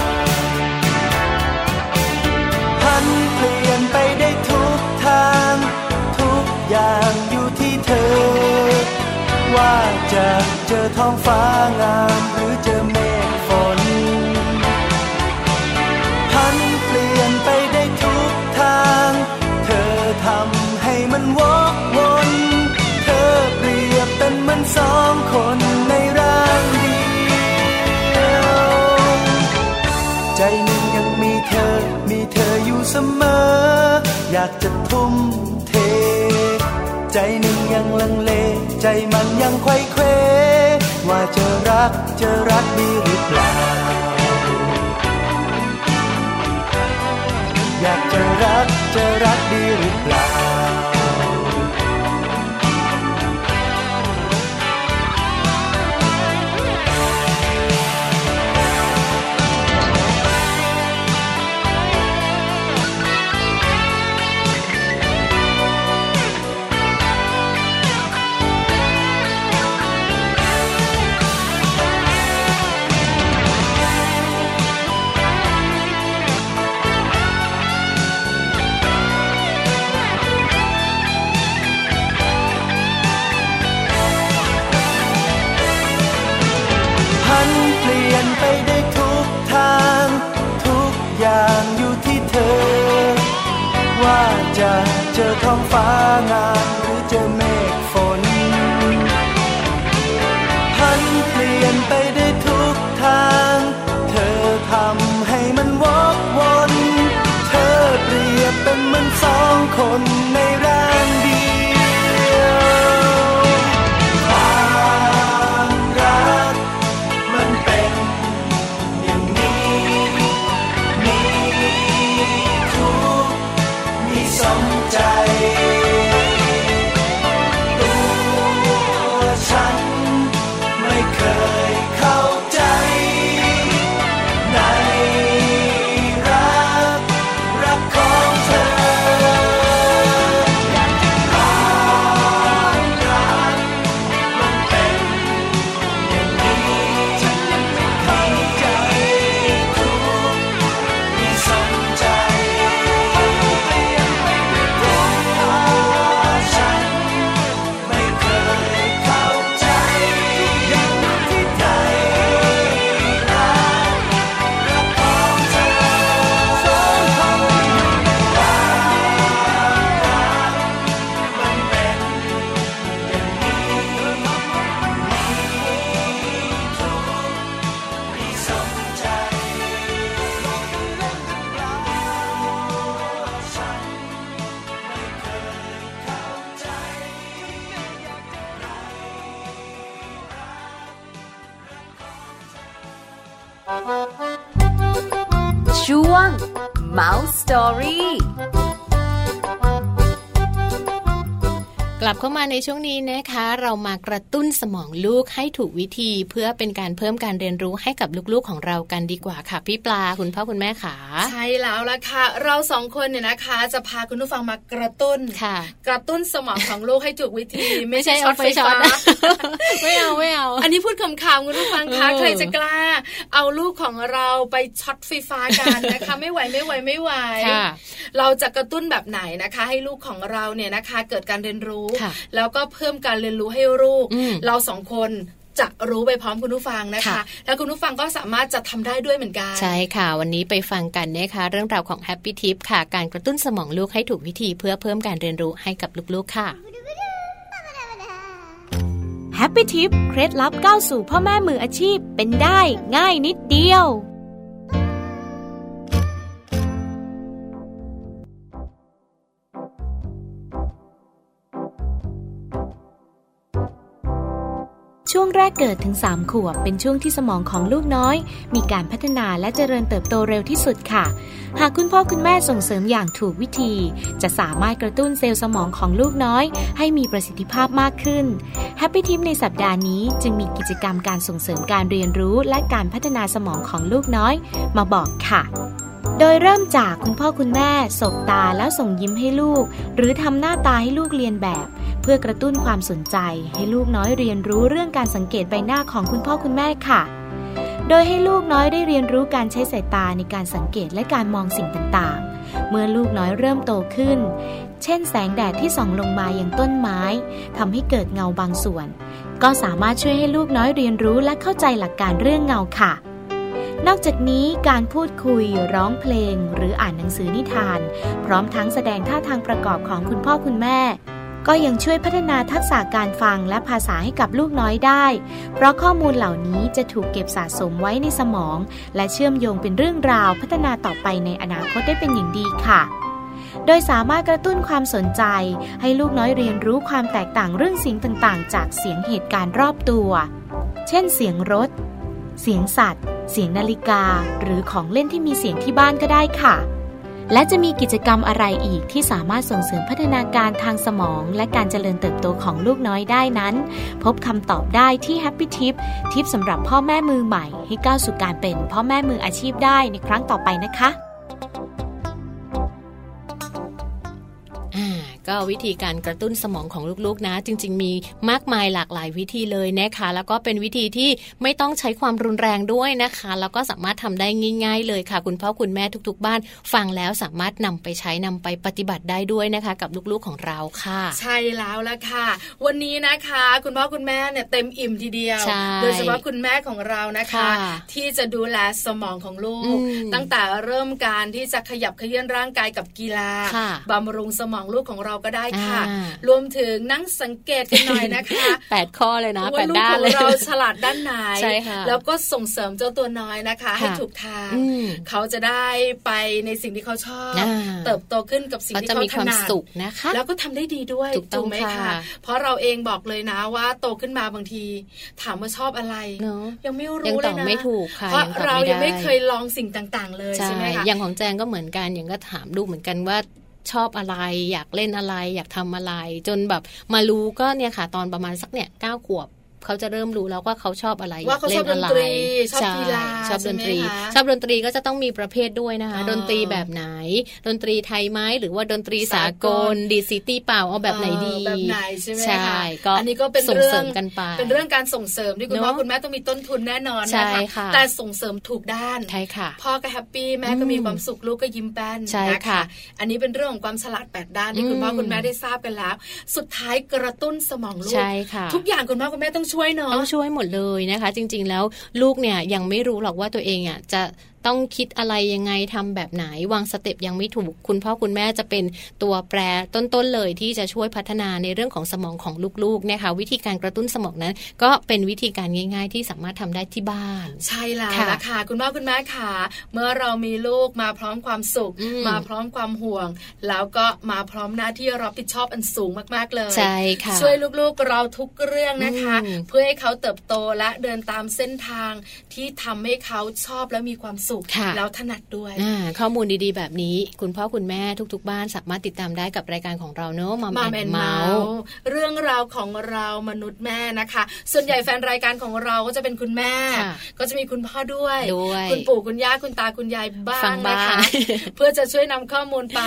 Speaker 3: พันเปลี่ยนไปได้ทุกทาง ทุกอย่างอยู่ที่เธอ ว่าจะเจอท้องฟ้างามหรือเจอเมฆฝน อยากจะทุ่มเท ใจหนึ่งยังลังเล ใจมันยังไขว้เขวว่าจะรักจะรักดีหรือเปล่า อยากจะรักจะรักดีหรือเปล่า พันเปลี่ยนไปได้ทุกทาง ทุกอย่างอยู่ที่เธอ ว่าจะเจอท้องฟ้างามหรือเจอเมฆฝน พันเปลี่ยนไปได้ทุกทาง เธอทำให้มันวอกวน เธอเปรียบเป็นเหมือนสองคนในร่างเดียว ความรัก มันเป็นอย่างนี้ มีทุกข์มีสมใจ ตัวฉันไม่เคยเข้าใจ ในรัก รักของเธอ
Speaker 4: ช่วง Mouse Story
Speaker 2: กลับเข้ามาในช่วงนี้นะคะ เรามากระตุ้นสมองลูกให้ถูกวิธี เพื่อเป็นการเพิ่มการเรียนรู้ให้กับลูกๆของเรากันดีกว่าค่ะ พี่ปลาคุณพ่อคุณแม่ขา
Speaker 1: ใช่แล้วล่ะค่ะ เราสองคนเนี่ยนะคะ จะพาคุณผู้ฟังมากระตุ้น
Speaker 2: ค่ะ
Speaker 1: กระตุ้นสมองของลูกให้ถูกวิ ธี
Speaker 2: ไม่
Speaker 1: ไม่
Speaker 2: ใช่
Speaker 1: ใช่ช็
Speaker 2: เอา
Speaker 1: อต
Speaker 2: ไฟ
Speaker 1: ไฟ
Speaker 2: ช็อต
Speaker 1: ฟ้า
Speaker 2: ไม่เอาไม่เอา
Speaker 1: อันนี้พูดคำขาวคุณผู้ฟังคะ
Speaker 2: เออ
Speaker 1: ใครจะกล้า เอาลูกของเราไปช็อตไฟฟ้ากันนะคะ ไม่ไหวไม่ไหวไม่ไหว
Speaker 2: ค่ะ
Speaker 1: เราจะกระตุ้นแบบไหนนะคะ ให้ลูกของเราเนี่ยนะคะ เกิดการเรียนรู้
Speaker 2: ค่ะ
Speaker 1: แล้วก็เพิ่มการเรียนรู้ให้ลูก
Speaker 2: อืม
Speaker 1: เราสองคนจะรู้ไปพร้อมคุณผู้ฟังนะคะ
Speaker 2: ค่ะ
Speaker 1: แล้วคุณผู้ฟังก็สามารถจะทำได้ด้วยเหมือนกัน
Speaker 2: ใช่ค่ะ วันนี้ไปฟังกันนะคะเรื่องราวของ Happy Tip ค่ะ การกระตุ้นสมองลูกให้ถูกวิธี เพื่อเพิ่มการเรียนรู้ให้กับลูกๆค่ะ
Speaker 4: แฮปปี้ทิปเคล็ดลับก้าวสู่พ่อแม่มืออาชีพเป็นได้ง่ายนิดเดียว ช่วงแรกเกิดถึง 3 ขวบ เป็นช่วงที่สมองของลูกน้อย มีการพัฒนาและเจริญเติบโตเร็วที่สุดค่ะ หากคุณพ่อคุณแม่ส่งเสริมอย่างถูกวิธี จะสามารถกระตุ้นเซลล์สมองของลูกน้อย ให้มีประสิทธิภาพมากขึ้น แฮปปี้ทิมในสัปดาห์นี้จึงมีกิจกรรมการส่งเสริมการเรียนรู้และการพัฒนาสมองของลูกน้อย มาบอกค่ะ โดยเริ่มจากคุณพ่อคุณแม่สบตาแล้วส่งยิ้มให้ลูก หรือทำหน้าตาให้ลูกเรียนแบบ เพื่อกระตุ้นความสนใจ ให้ลูกน้อยเรียนรู้เรื่องการสังเกตใบหน้าของคุณพ่อคุณแม่ค่ะ โดยให้ลูกน้อยได้เรียนรู้การใช้สายตาในการสังเกตและการมองสิ่งต่างๆ เมื่อลูกน้อยเริ่มโตขึ้น เช่นแสงแดดที่ส่องลงมาอย่างต้นไม้ ทำให้เกิดเงาบางส่วน ก็สามารถช่วยให้ลูกน้อยเรียนรู้และเข้าใจหลักการเรื่องเงาค่ะ นอกจากนี้การพูดคุยร้องเพลง หรืออ่านหนังสือนิทาน พร้อมทั้งแสดงท่าทางประกอบของคุณพ่อคุณแม่ ก็ยังช่วยพัฒนาทักษะการฟังและภาษาให้กับลูกน้อยได้ เพราะข้อมูลเหล่านี้จะถูกเก็บสะสมไว้ในสมอง และเชื่อมโยงเป็นเรื่องราวพัฒนาต่อไปในอนาคตได้เป็นอย่างดีค่ะ โดยสามารถกระตุ้นความสนใจ ให้ลูกน้อยเรียนรู้ความแตกต่างเรื่องสิ่งต่างๆ จากเสียงเหตุการณ์รอบตัว เช่น เสียงรถ เสียงสัตว์ เสียงนาฬิกา หรือของเล่นที่มีเสียงที่บ้านก็ได้ค่ะ และจะมีกิจกรรมอะไรอีกที่สามารถส่งเสริมพัฒนาการทางสมอง และการเจริญเติบโตของลูกน้อยได้นั้น พบคำตอบได้ที่ Happy Tip ทิปสำหรับพ่อแม่มือใหม่ ให้ก้าวสู่การเป็นพ่อแม่มืออาชีพได้ในครั้งต่อไปนะคะ
Speaker 2: อ่าก็วิธีการกระตุ้นสมองของลูกๆนะ จริง ๆ มีมากมายหลากหลายวิธีเลยนะคะ แล้วก็เป็นวิธีที่ไม่ต้องใช้ความรุนแรงด้วยนะคะ แล้วก็สามารถทำได้ง่าย ๆ เลยค่ะ คุณพ่อคุณแม่ทุก ๆ บ้าน ฟังแล้วสามารถนำไปใช้นำไปปฏิบัติได้ด้วยนะคะ กับลูกๆของเราค่ะ
Speaker 1: ใช่แล้วละค่ะ วันนี้นะคะ คุณพ่อคุณแม่เนี่ยเต็มอิ่มทีเดียว
Speaker 2: ใช่
Speaker 1: โดยเฉพาะคุณแม่ของเรานะคะ
Speaker 2: ค่ะ
Speaker 1: ที่จะดูแลสมองของลู
Speaker 2: อื
Speaker 1: ก
Speaker 2: ม
Speaker 1: ตั้งแต่เริ่มการที่จะขยับเขยื้อนร่างกายกับกีฬา
Speaker 2: ค่ะ
Speaker 1: บำรุงสมองลูกของเราก็ได้ค่ะ
Speaker 2: อ่า
Speaker 1: รวมถึงนั่งสังเกตกันหน่อยนะคะ
Speaker 2: แปดข้อเลยนะแป
Speaker 1: ว่า
Speaker 2: ด
Speaker 1: ลูก
Speaker 2: ด้า
Speaker 1: ข
Speaker 2: น
Speaker 1: อง
Speaker 2: เลย
Speaker 1: เราฉลาดด้านไหน
Speaker 2: ใช่ค่ะ
Speaker 1: แล้วก็ส่งเสริมเจ้าตัวน้อยนะคะ ให้ถูกทาง
Speaker 2: อืม
Speaker 1: เขาจะได้ไปในสิ่งที่เขาชอบ
Speaker 2: อ่า
Speaker 1: เติบโตขึ้นกับสิ่ง
Speaker 2: ก็
Speaker 1: ที่
Speaker 2: จะ
Speaker 1: เขา
Speaker 2: มี
Speaker 1: ถ
Speaker 2: ความ
Speaker 1: นัด
Speaker 2: สุขนะคะ
Speaker 1: แล้วก็ทำได้ดีด้วย
Speaker 2: ถูกต้อง
Speaker 1: ไหม
Speaker 2: ค่ะ
Speaker 1: เพราะเราเองบอกเลยนะว่าโตขึ้นมาบางที ถามว่าชอบอะไร
Speaker 2: เนาะ
Speaker 1: ยังไม่
Speaker 2: ยัง
Speaker 1: รู้
Speaker 2: ต
Speaker 1: เล
Speaker 2: อย บ
Speaker 1: นะ
Speaker 2: ไม่ถูกค่ะ
Speaker 1: เพราะ
Speaker 2: ยังตอบไม่
Speaker 1: เรายังไม่
Speaker 2: ได้
Speaker 1: เคยลองสิ่งต่าง ๆ เลยใช่ไหมคะ
Speaker 2: อย่างของแจงก็เหมือนกันอย่างก็ถามลูกเหมือนกันว่าชอบอะไร อยากเล่นอะไร อยากทำอะไร จนแบบมารู้ก็เนี่ยค่ะ ตอนประมาณสักเนี่ยเก้าขวบเขาจะเริ่มรู้แล้วว่าเขาชอบอะไร
Speaker 1: ว่าเขา
Speaker 2: ยก
Speaker 1: ชอบ
Speaker 2: ล่นะ
Speaker 1: ดนตรีชอบ
Speaker 2: ไใช่
Speaker 1: กีฬา
Speaker 2: ชอบดนตรี
Speaker 1: ใช่ไหมคะ
Speaker 2: ชอบดนตรีก็จะต้องมีประเภทด้วยนะคะ
Speaker 1: อ๋อ
Speaker 2: ดนตรีแบบไหน ดนตรีไทยไหมหรือว่าดนตรีสา
Speaker 1: สาก ก
Speaker 2: ล
Speaker 1: ล
Speaker 2: ดีซิตี้เปล่าเอาแบบไหนดี
Speaker 1: เออแบบไหนใช่ไหม
Speaker 2: ใช่
Speaker 1: คะ
Speaker 2: ก็
Speaker 1: อันนี้ก็เป็น
Speaker 2: ส่ง
Speaker 1: เรื่
Speaker 2: เสริ
Speaker 1: อง
Speaker 2: มกันไป
Speaker 1: เป็นเรื่องการส่งเสริมที่คุณพ่อ
Speaker 2: เนอะ
Speaker 1: คุณแม่ต้องมีต้นทุนแน่นอน
Speaker 2: ใช่
Speaker 1: นะคะ
Speaker 2: ค่ะ
Speaker 1: แต่ส่งเสริมถูกด้าน
Speaker 2: ใช่ค่ะ
Speaker 1: พ่อก็แฮปปี้แม่ก็
Speaker 2: อืม
Speaker 1: มีความสุขลูกก็ยิ้มแป้น
Speaker 2: ใช่
Speaker 1: นะ
Speaker 2: ค่ะ
Speaker 1: คะ อันนี้เป็นเรื่องของความฉลาดแปดด้าน
Speaker 2: อื
Speaker 1: ที่
Speaker 2: ม
Speaker 1: คุณพ่อคุณแม่ได้ทราบกันแล้ว สุดท้ายกระตุ้นสมองลูก
Speaker 2: ใช่ค่ะ
Speaker 1: ทุกอย่างคุณพ่อคุณแม่ต้องช่วยเนาะ
Speaker 2: ต้องช่วยหมดเลยนะคะ จริง ๆ แล้วลูกเนี่ยยังไม่รู้หรอกว่าตัวเองอ่ะจะต้องคิดอะไรยังไงทำแบบไหน วางสเต็ปยังไม่ถูก คุณพ่อคุณแม่จะเป็นตัวแปรต้นๆเลยที่จะช่วยพัฒนาในเรื่องของสมองของลูกๆนะคะ วิธีการกระตุ้นสมองนั้น ก็เป็นวิธีการง่าย ๆ ที่สามารถทำได้ที่บ้าน
Speaker 1: ใช่แล้ว
Speaker 2: ค่ะ
Speaker 1: ล่ะค่ะ คุณพ่อคุณแม่ค่ะ เมื่อเรามีลูกมาพร้อมความสุข
Speaker 2: อืม
Speaker 1: มาพร้อมความห่วง แล้วก็มาพร้อมหน้าที่รับผิดชอบอันสูงมากๆเลย
Speaker 2: ใช่ค่ะ
Speaker 1: ช่วยลูกๆเราทุกเรื่องนะคะ
Speaker 2: อืม
Speaker 1: เพื่อให้เขาเติบโตและเดินตามเส้นทางที่ทำให้เขาชอบและมีความสุขแล้วถนัดด้วย
Speaker 2: อ่าข้อมูลดีๆ แบบนี้ คุณพ่อคุณแม่ทุก ๆ บ้านสามารถติดตามได้กับรายการของเราเนอะมาม
Speaker 1: มา
Speaker 2: แอ
Speaker 1: แม
Speaker 2: น
Speaker 1: น
Speaker 2: เมา
Speaker 1: เมา
Speaker 2: ส์
Speaker 1: ส์เรื่องราวของเรามนุษย์แม่นะคะ ส่วนใหญ่แฟนรายการของเราก็จะเป็นคุณแม่
Speaker 2: ค่ะ
Speaker 1: ก็จะมีคุณพ่อด้วย
Speaker 2: ด้วย
Speaker 1: คุณปู่คุณย่าคุณตาคุณยายบ้า
Speaker 2: ฟั
Speaker 1: ง
Speaker 2: ง
Speaker 1: นะ
Speaker 2: บ้าง
Speaker 1: คะ เพื่อจะช่วยนำข้อมูลไป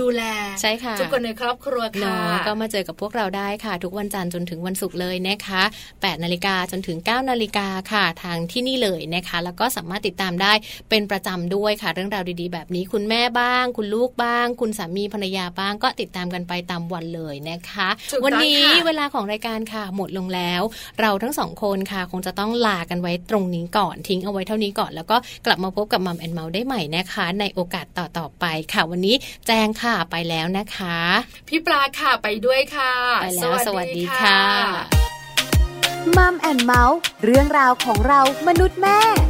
Speaker 1: ดูแล
Speaker 2: ใช่ค่ะ
Speaker 1: ทุกคนในครอบครัวค่ะ
Speaker 2: เนาะก็มาเจอกับพวกเราได้ค่ะ ทุกวันจันทร์จนถึงวันศุกร์เลยนะคะ8นาฬิกาจนถึง9นาฬิกาค่ะ ทางที่นี่เลยนะคะ แล้วก็สามารถติดตามได้เป็นประจำด้วยค่ะ เรื่องราวดีๆ แบบนี้ คุณแม่บ้าง คุณลูกบ้าง คุณสามีภรรยาบ้าง ก็ติดตามกันไปตามวันเลยนะคะ
Speaker 1: ถูกต้อง
Speaker 2: วันี้
Speaker 1: ค่ะ
Speaker 2: เวลาของรายการค่ะ หมดลงแล้ว เราทั้งสองคนค่ะ คงจะต้องลากันไว้ตรงนี้ก่อนทิ้งเอาไว้เท่านี้ก่อน แล้วก็กลับมาพบกับมัมแอนเมาได้ใหม่นะคะ ในโอกาสต่อๆไปค่ะ วันนี้แจงค่ะไปแล้วนะคะ
Speaker 1: พี่ปลาค่ะไปด้วยค่ะ
Speaker 2: ไปแล้วสวัสดีค่ะ
Speaker 1: ค่ะ
Speaker 5: มัมแอนเมาส์เรื่องราวของเรามนุษย์แม่